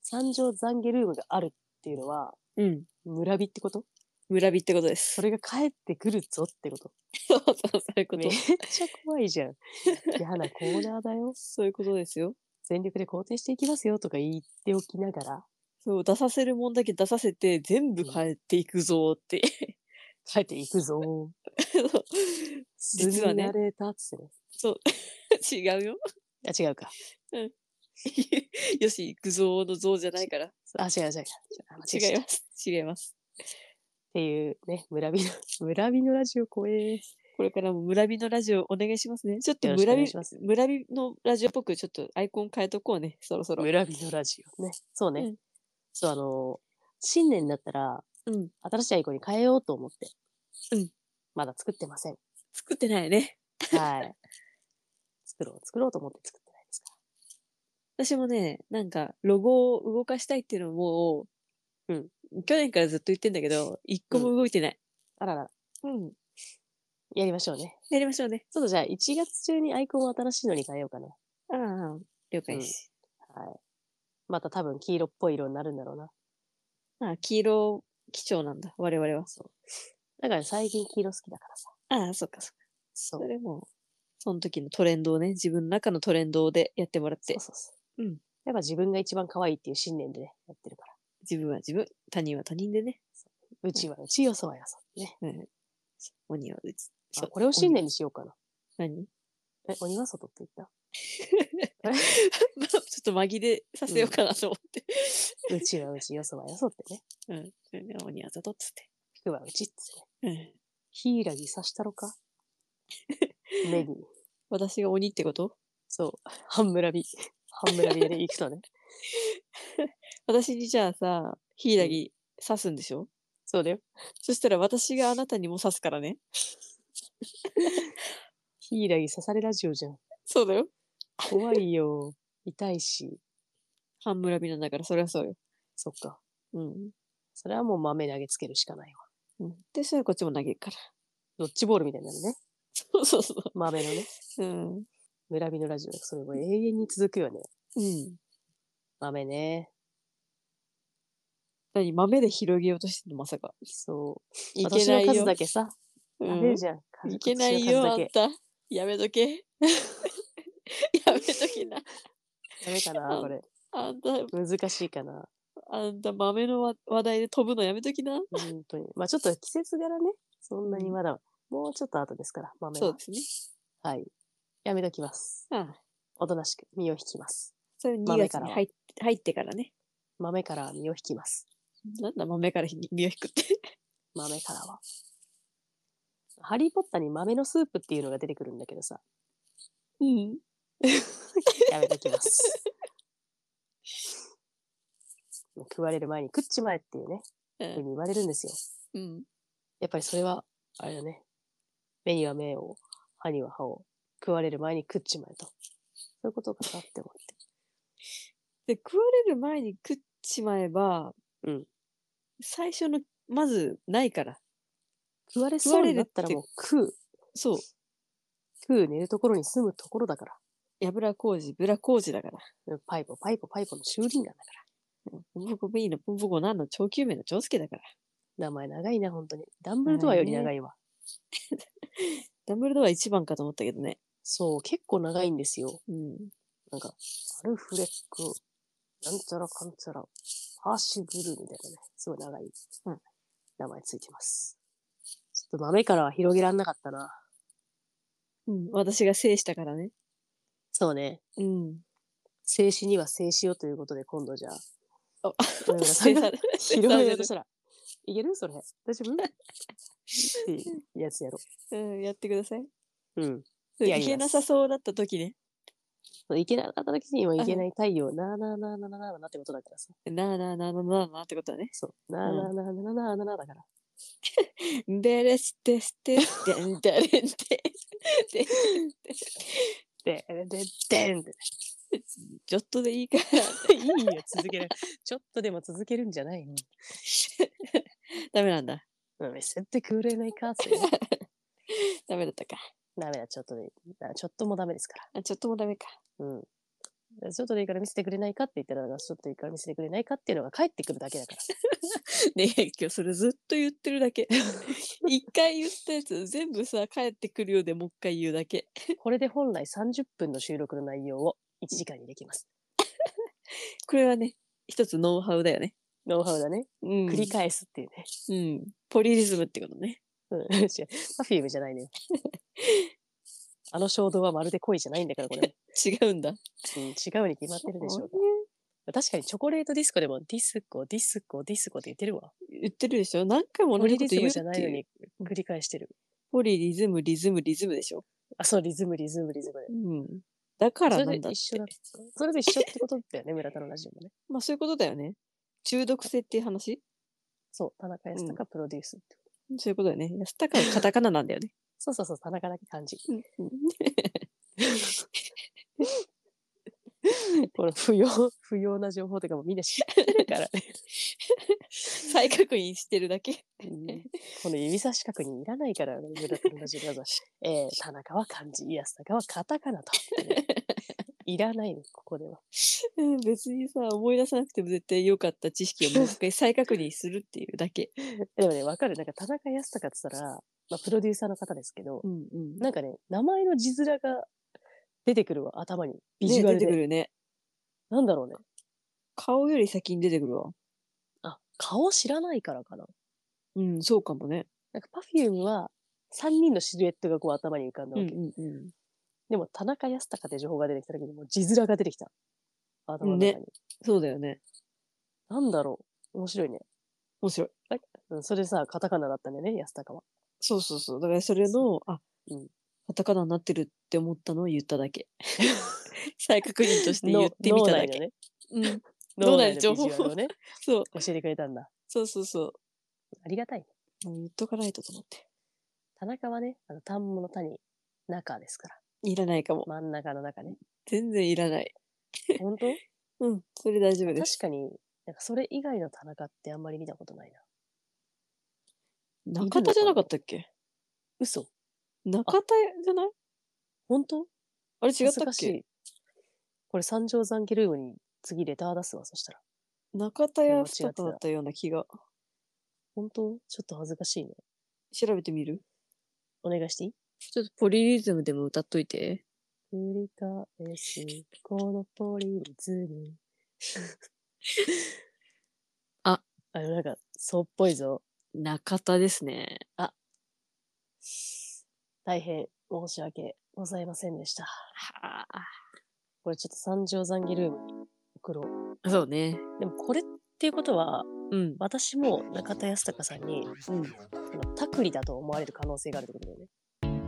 Speaker 1: 三条懺悔ルームがあるっていうのは、
Speaker 2: うん。
Speaker 1: 村人ってこと
Speaker 2: 村人ってことです。
Speaker 1: それが帰ってくるぞってこと。
Speaker 2: そうそう、そういうこ
Speaker 1: め
Speaker 2: と
Speaker 1: っ。ちゃ怖いじ [LAUGHS] ゃん。嫌なコーナーだよ。
Speaker 2: そういうことですよ。
Speaker 1: 全力で肯定していきますよとか言っておきながら、
Speaker 2: そう、出させるもんだけ出させて、全部変えていくぞーって。 [LAUGHS]
Speaker 1: 帰っていくぞ。
Speaker 2: そう
Speaker 1: 実
Speaker 2: 実
Speaker 1: は
Speaker 2: はね
Speaker 1: ね。れたっつってね。
Speaker 2: そう。違うよ。 [LAUGHS]
Speaker 1: あ、違うか。
Speaker 2: よし、行くぞーの像じゃないから。
Speaker 1: あ、違う違う違う。あ間違えちゃ
Speaker 2: 違
Speaker 1: っ
Speaker 2: い
Speaker 1: た
Speaker 2: ます。違います。
Speaker 1: っていうね、村人、村人ラジオ怖え。
Speaker 2: これからも村人のラジオお願いしますね。ちょっと
Speaker 1: よろしくお
Speaker 2: 村
Speaker 1: 願いし
Speaker 2: 人
Speaker 1: ます、
Speaker 2: 村人のラジオっぽくちょっとアイコン変えとこうね。そろそろ。
Speaker 1: 村人ラジオ。ね。そうね。
Speaker 2: うん
Speaker 1: そう、あのー新年になったら、
Speaker 2: うん。
Speaker 1: 新しいアイコンに変えようと思って。
Speaker 2: うん。
Speaker 1: まだ作ってません。
Speaker 2: 作ってないね。
Speaker 1: はい。 [LAUGHS] 作ろう、作ろうと思って作ってないですか
Speaker 2: 私もね、なんか、ロゴを動かしたいっていうのをもう、去年からずっと言ってんだけど、一個も動いてない。
Speaker 1: ら。あららら、
Speaker 2: うん。
Speaker 1: やりましょうね。
Speaker 2: やりましょうね。
Speaker 1: ちょっとじゃあ、1月中にアイコンを新しいのに変えようかな。
Speaker 2: ああ、了解です。
Speaker 1: はい。また多分黄色っぽい色になるんだろうな。
Speaker 2: ああ、黄色基調なんだ、我々は。
Speaker 1: だから最近黄色好きだからさ。
Speaker 2: ああ、そっかそっか。
Speaker 1: そ。
Speaker 2: そうれも、その時のトレンドをね、自分の中のトレンドでやってもらっ
Speaker 1: そ
Speaker 2: て
Speaker 1: う、そうそう。
Speaker 2: うん。
Speaker 1: やっぱ自分が一番可愛いっていう信念でね、やってるから。
Speaker 2: 自分は自分、他人は他人でね、
Speaker 1: うちはうち、よそはよそってね。
Speaker 2: うん。鬼はうち。
Speaker 1: あこれを信
Speaker 2: 念
Speaker 1: 念にしようかな。
Speaker 2: [LAUGHS] 何
Speaker 1: え、鬼は外って言った
Speaker 2: まあちょっと紛れさせようかなと思って。
Speaker 1: うちはうち、よそはよそってね。
Speaker 2: うん。それで鬼はざとっつって。
Speaker 1: 服はうちっつってね。
Speaker 2: うん。
Speaker 1: ヒイラギ刺したろ [LAUGHS] か目に。
Speaker 2: 私が鬼ってこと
Speaker 1: そう。半村ビ。半村ビでね、行く [LAUGHS] とね。
Speaker 2: 私にじゃあさ、ヒイラギ刺すんでしょ、
Speaker 1: そうだよ。
Speaker 2: そしたら私があなたにも刺すからね。
Speaker 1: ヒイラギ刺されラジオじゃん。
Speaker 2: そうだよ。
Speaker 1: 怖いよ。痛いし。
Speaker 2: 半村美奈だから、そりゃそうよ。
Speaker 1: そっか。
Speaker 2: うん。
Speaker 1: それはもう豆投げつけるしかないわ。
Speaker 2: うんで、それこっちも投げるから。
Speaker 1: ドッジボールみたいになるね。
Speaker 2: そうそうそ
Speaker 1: 豆のね。
Speaker 2: う。うん。
Speaker 1: 村人ラジオ。それも永遠に続くよね。
Speaker 2: うん。
Speaker 1: 豆ね。
Speaker 2: 何豆で広げようとしてるのまさか。
Speaker 1: そう。
Speaker 2: いけない
Speaker 1: 私の数
Speaker 2: よ。
Speaker 1: だけさ、
Speaker 2: うん
Speaker 1: 食べるじゃん。
Speaker 2: いけないよ、あんた。やめと [LAUGHS] け。やめときな。
Speaker 1: ダメかなこれ。
Speaker 2: あんた、
Speaker 1: 難しいかな。
Speaker 2: あんた豆のわ話題で飛ぶのやめときな。
Speaker 1: 本当に。まあちょっと季節柄ね。そんなに
Speaker 2: うん
Speaker 1: まだ、もうちょっと後ですから、豆は。
Speaker 2: そうですね。
Speaker 1: はい。やめときます。
Speaker 2: ああ
Speaker 1: おとなしく身を引きます。
Speaker 2: それ2
Speaker 1: 豆
Speaker 2: 月
Speaker 1: から
Speaker 2: に
Speaker 1: は
Speaker 2: 入っ入ってからね。
Speaker 1: 豆からは身を引きます。
Speaker 2: なんだ豆から身を引くって。
Speaker 1: 豆からは。ハリーポッターに豆のスープっていうのが出てくるんだけどさ、
Speaker 2: うん。
Speaker 1: やめときます。 [LAUGHS] もう食われる前に食っちまえっていうね、
Speaker 2: う
Speaker 1: ふうんに言われるんですよ。
Speaker 2: うん。
Speaker 1: やっぱりそれは、あれだね。目には目を、歯には歯を、食われる前に食っちまえと。そういうことかなって思って。
Speaker 2: で、食われる前に食っちまえば、
Speaker 1: うん
Speaker 2: 最初の、まずないから。
Speaker 1: 食われそうになったらもう食う。
Speaker 2: そう。
Speaker 1: 食う寝るところに住むところだから。
Speaker 2: やぶらこうじ、ぶらこうじだから。
Speaker 1: うんパイポ、パイポ、パイポの修理員なんだか
Speaker 2: ポンポコビーのポンポコなんの長久命の長介だから。
Speaker 1: ら。名前長いな、本当に。ダンブルドアより長いわ。
Speaker 2: ダンブルドア一番かと思ったけどね。
Speaker 1: そう、結構長いんですよ。
Speaker 2: うん。
Speaker 1: なんか、アルフレック、なんちゃらかんちゃら、パーシブルーみたいなね、すごい長い、
Speaker 2: うん
Speaker 1: 名前ついてます。ちょっと豆からは広げらんなかったな。
Speaker 2: うん、私が制したからね。
Speaker 1: そうね。
Speaker 2: うん。
Speaker 1: 静止には静止をということで、今度じゃあ。
Speaker 2: あ
Speaker 1: 俺らそ
Speaker 2: 制
Speaker 1: れ
Speaker 2: さ
Speaker 1: [LAUGHS] 広
Speaker 2: れ
Speaker 1: げようとしたら、いけるそれ。大丈夫っていうやつやろ
Speaker 2: うん、やってください。
Speaker 1: う。うん。
Speaker 2: そう
Speaker 1: や
Speaker 2: い
Speaker 1: ります
Speaker 2: けなさそうだった時ね。
Speaker 1: そういけなかった時には行けない太陽、なあなあなあなあなあなあなってことだからさ。
Speaker 2: なあなあなあなあなあなあってことはね。
Speaker 1: そう。なあなあなあなあなあなあなあだから。
Speaker 2: でれすてすてすてんでれんてすて
Speaker 1: で、で、でんって。
Speaker 2: ちょっとでいいから。
Speaker 1: いいよ、続ける。ちょっとでも続けるんじゃないの。
Speaker 2: ダメなんだ。
Speaker 1: うん、見せてくれないかってね。
Speaker 2: ダメだったか。
Speaker 1: ダメだ、ちょっとで、あちょっともダメですか
Speaker 2: あちょっともダメか。
Speaker 1: ら。うん。ちょっとでいいから見せてくれないかって言ったら、ちょっとでいいから見せてくれないかっていうのが返ってくるだけだから。
Speaker 2: [LAUGHS] ねえ、今日それずっと言ってるだ [LAUGHS] け。一回言ったやつ全部さ、帰ってくるようでもう一回言うだけ。
Speaker 1: これで本来30分の収録の内容を1時間にできます。
Speaker 2: これはね、一つノウハウだよね。
Speaker 1: ノウハウだね。
Speaker 2: うん
Speaker 1: 繰り返すっていうね。
Speaker 2: うん。ポリリズムってことね。
Speaker 1: うん。 [LAUGHS] パフュームじゃないのよ。 [LAUGHS] あの衝動はまるで恋じゃないんだから、こ
Speaker 2: [LAUGHS]
Speaker 1: れ。
Speaker 2: 違うんだ。
Speaker 1: うん、違うに決まってるでしょうが。確かにチョコレートディスコでもディスコ、ディスコ、ディスコって言ってるわ。
Speaker 2: 言ってるでしょ何回も
Speaker 1: ポ
Speaker 2: 同じ
Speaker 1: リ
Speaker 2: こ
Speaker 1: リ
Speaker 2: と
Speaker 1: ズ
Speaker 2: 言う
Speaker 1: ム
Speaker 2: って
Speaker 1: じゃないの
Speaker 2: いう。
Speaker 1: に繰り返してる。
Speaker 2: ポリリズム、リズム、リズムでしょ
Speaker 1: あ、そう、リズム、リズム、リズムで。
Speaker 2: うん。だから
Speaker 1: そ
Speaker 2: なん
Speaker 1: れ
Speaker 2: だ
Speaker 1: で
Speaker 2: って。
Speaker 1: 一緒だ。それで一緒ってことだよね、村田のラジオもね。
Speaker 2: まあそういうことだよね。中毒性っていう話
Speaker 1: そう、田中康隆プロデュースってこと。
Speaker 2: そういうことだよね。安高はカタカナなんだよ [LAUGHS] ね。
Speaker 1: そうそうそう、田中だけ漢字。
Speaker 2: うん
Speaker 1: [LAUGHS] この不要、不要な情報とかもみんな知ってるからね。
Speaker 2: 再確認してるだけ。
Speaker 1: うん [LAUGHS] この指差し確認いらないから、村田のラジオだぞ。えー、田中は漢字、安高はカタカナと。
Speaker 2: [LAUGHS]
Speaker 1: いらないの、ここでは。
Speaker 2: うん別にさ、思い出さなくても絶対良かった知識をもう一回再確認するっていうだ
Speaker 1: [LAUGHS]
Speaker 2: け。
Speaker 1: でもね、わかる。なんか田中康隆って言ったら、まあ、プロデューサーの方ですけど、
Speaker 2: うんうん。
Speaker 1: なんかね、名前の字面が出てくるわ、頭に。ビジュア
Speaker 2: ね、
Speaker 1: ルで。
Speaker 2: 出てくるね。
Speaker 1: なんだろうね。
Speaker 2: 顔より先に出てくるわ。
Speaker 1: あ、顔知らないからかな。
Speaker 2: うん、そうかもね。
Speaker 1: なんか Perfume は3人のシルエットがこう頭に浮かんだ
Speaker 2: う
Speaker 1: わ
Speaker 2: ん
Speaker 1: け。
Speaker 2: うん
Speaker 1: でも田中康隆って情報が出てきた時にもう字面が出てきた。頭の中に。
Speaker 2: ねそうだよね。
Speaker 1: なんだろう。面白いね。
Speaker 2: 面白い。
Speaker 1: うん、それさ、カタカナだったんだよね、康隆は。
Speaker 2: そうそうそう。だからそれの、あ、
Speaker 1: うん
Speaker 2: カタカナになってるって思ったのを言った
Speaker 1: [LAUGHS]
Speaker 2: だけ。再確認として
Speaker 1: の
Speaker 2: 言ってみただ
Speaker 1: 脳内
Speaker 2: け。
Speaker 1: のね。
Speaker 2: うん、
Speaker 1: 脳
Speaker 2: 脳
Speaker 1: 内
Speaker 2: 内
Speaker 1: の情
Speaker 2: の
Speaker 1: 報
Speaker 2: 情報
Speaker 1: をね、
Speaker 2: そう、
Speaker 1: 教えてくれたんだ。
Speaker 2: そうそうそ
Speaker 1: ありがたい。
Speaker 2: う。もう言っとかないとと思って。
Speaker 1: 田中はね、あの、田んぼの田に中ですから。
Speaker 2: いらないかも。
Speaker 1: 真ん中の中ね。
Speaker 2: 全然いらない。
Speaker 1: 本当
Speaker 2: うん、それ大丈 [LAUGHS] 夫で
Speaker 1: 確
Speaker 2: す。
Speaker 1: かに、なんかそれ以外の田中ってあんまり見たことないな。に
Speaker 2: 中田じゃなかったっけ
Speaker 1: 嘘
Speaker 2: 中田じゃない
Speaker 1: 本当
Speaker 2: あれ違っ
Speaker 1: 恥ず
Speaker 2: た
Speaker 1: か
Speaker 2: っ
Speaker 1: し
Speaker 2: け
Speaker 1: い。これ三条残ゲルームに次レター出すわ、そしたら。
Speaker 2: 中田
Speaker 1: れは違
Speaker 2: や
Speaker 1: ってた
Speaker 2: 二子だったような気が。
Speaker 1: 本当ちょっと恥ずかしいね。
Speaker 2: 調べてみる
Speaker 1: お願いしていい
Speaker 2: ちょっとポリリズムでも歌っといて。
Speaker 1: 繰り返す、このポリズム。
Speaker 2: [LAUGHS] あ。
Speaker 1: あの、なんか、そうっぽいぞ。
Speaker 2: 中田ですね。
Speaker 1: 大変申し訳ございませんでした。
Speaker 2: は
Speaker 1: これちょっと三条残ゲルームに送ろう。
Speaker 2: あ。そうね。
Speaker 1: でもこれっていうことは、
Speaker 2: うん。
Speaker 1: 私も中田康隆さんに、
Speaker 2: うん。
Speaker 1: そのタクリだと思われる可能性があるってことだよね。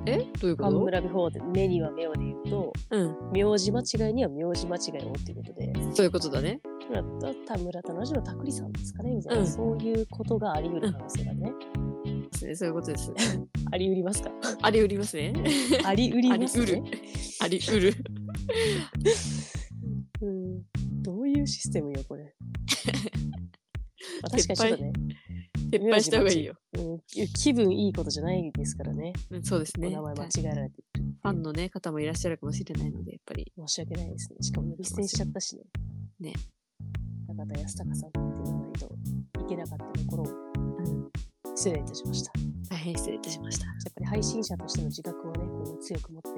Speaker 2: えどういうこ
Speaker 1: カン
Speaker 2: と
Speaker 1: ムラビフォーで目には目をで言うと、
Speaker 2: うん。
Speaker 1: 名字間違いには名字間違いをっていうことで、
Speaker 2: そういうことだね。
Speaker 1: 田村田の字のタクリさんですかねみたいな、
Speaker 2: うん
Speaker 1: そういうことがあり得る可能性がね、
Speaker 2: ですねそういうこと [LAUGHS] です。
Speaker 1: あり得ります
Speaker 2: [LAUGHS]
Speaker 1: か
Speaker 2: ありうりますね。
Speaker 1: あり得り
Speaker 2: あり
Speaker 1: ます
Speaker 2: う
Speaker 1: ね
Speaker 2: る。ありう [LAUGHS] る。
Speaker 1: うんどういうシステムよ、これ。まあ確かに
Speaker 2: 撤
Speaker 1: ち
Speaker 2: 廃
Speaker 1: ょっとね、
Speaker 2: 撤廃した方がいいよ。
Speaker 1: うん、気分いいことじゃないですからね、
Speaker 2: うん、そうです
Speaker 1: お
Speaker 2: ね。
Speaker 1: 名前間違えられて、
Speaker 2: ファンのね、方もいらっしゃるかもしれないので、やっぱり。
Speaker 1: 申し訳ないですね。しかも呼び捨てにしちゃったしね。
Speaker 2: ね。
Speaker 1: 中田康隆さんって言わないといけなかったところを
Speaker 2: うん
Speaker 1: 失礼いたしました。
Speaker 2: 大変失礼いたしました。
Speaker 1: やっぱり配信者としての自覚をね、こう強く持って、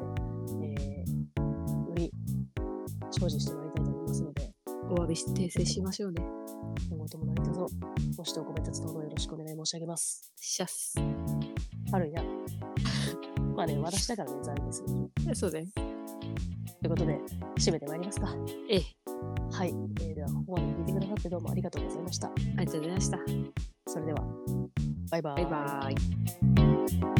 Speaker 1: えー、より精進してもらいたいと思いますので、
Speaker 2: お詫びして訂正しましょうね。
Speaker 1: 今後とも何卒、ご指導ご鞭達等々よろしくお願い申し上げます。
Speaker 2: シャス。
Speaker 1: 春や。まあね、私だからね、残念ですけど。
Speaker 2: そうね。
Speaker 1: ということで、締めてまいりますか。
Speaker 2: ええ、
Speaker 1: はい。えー、では、ここまで聞いてくださってどうもありがとうございました。
Speaker 2: ありがとうございました。
Speaker 1: それでは、バイバー
Speaker 2: バイバイ。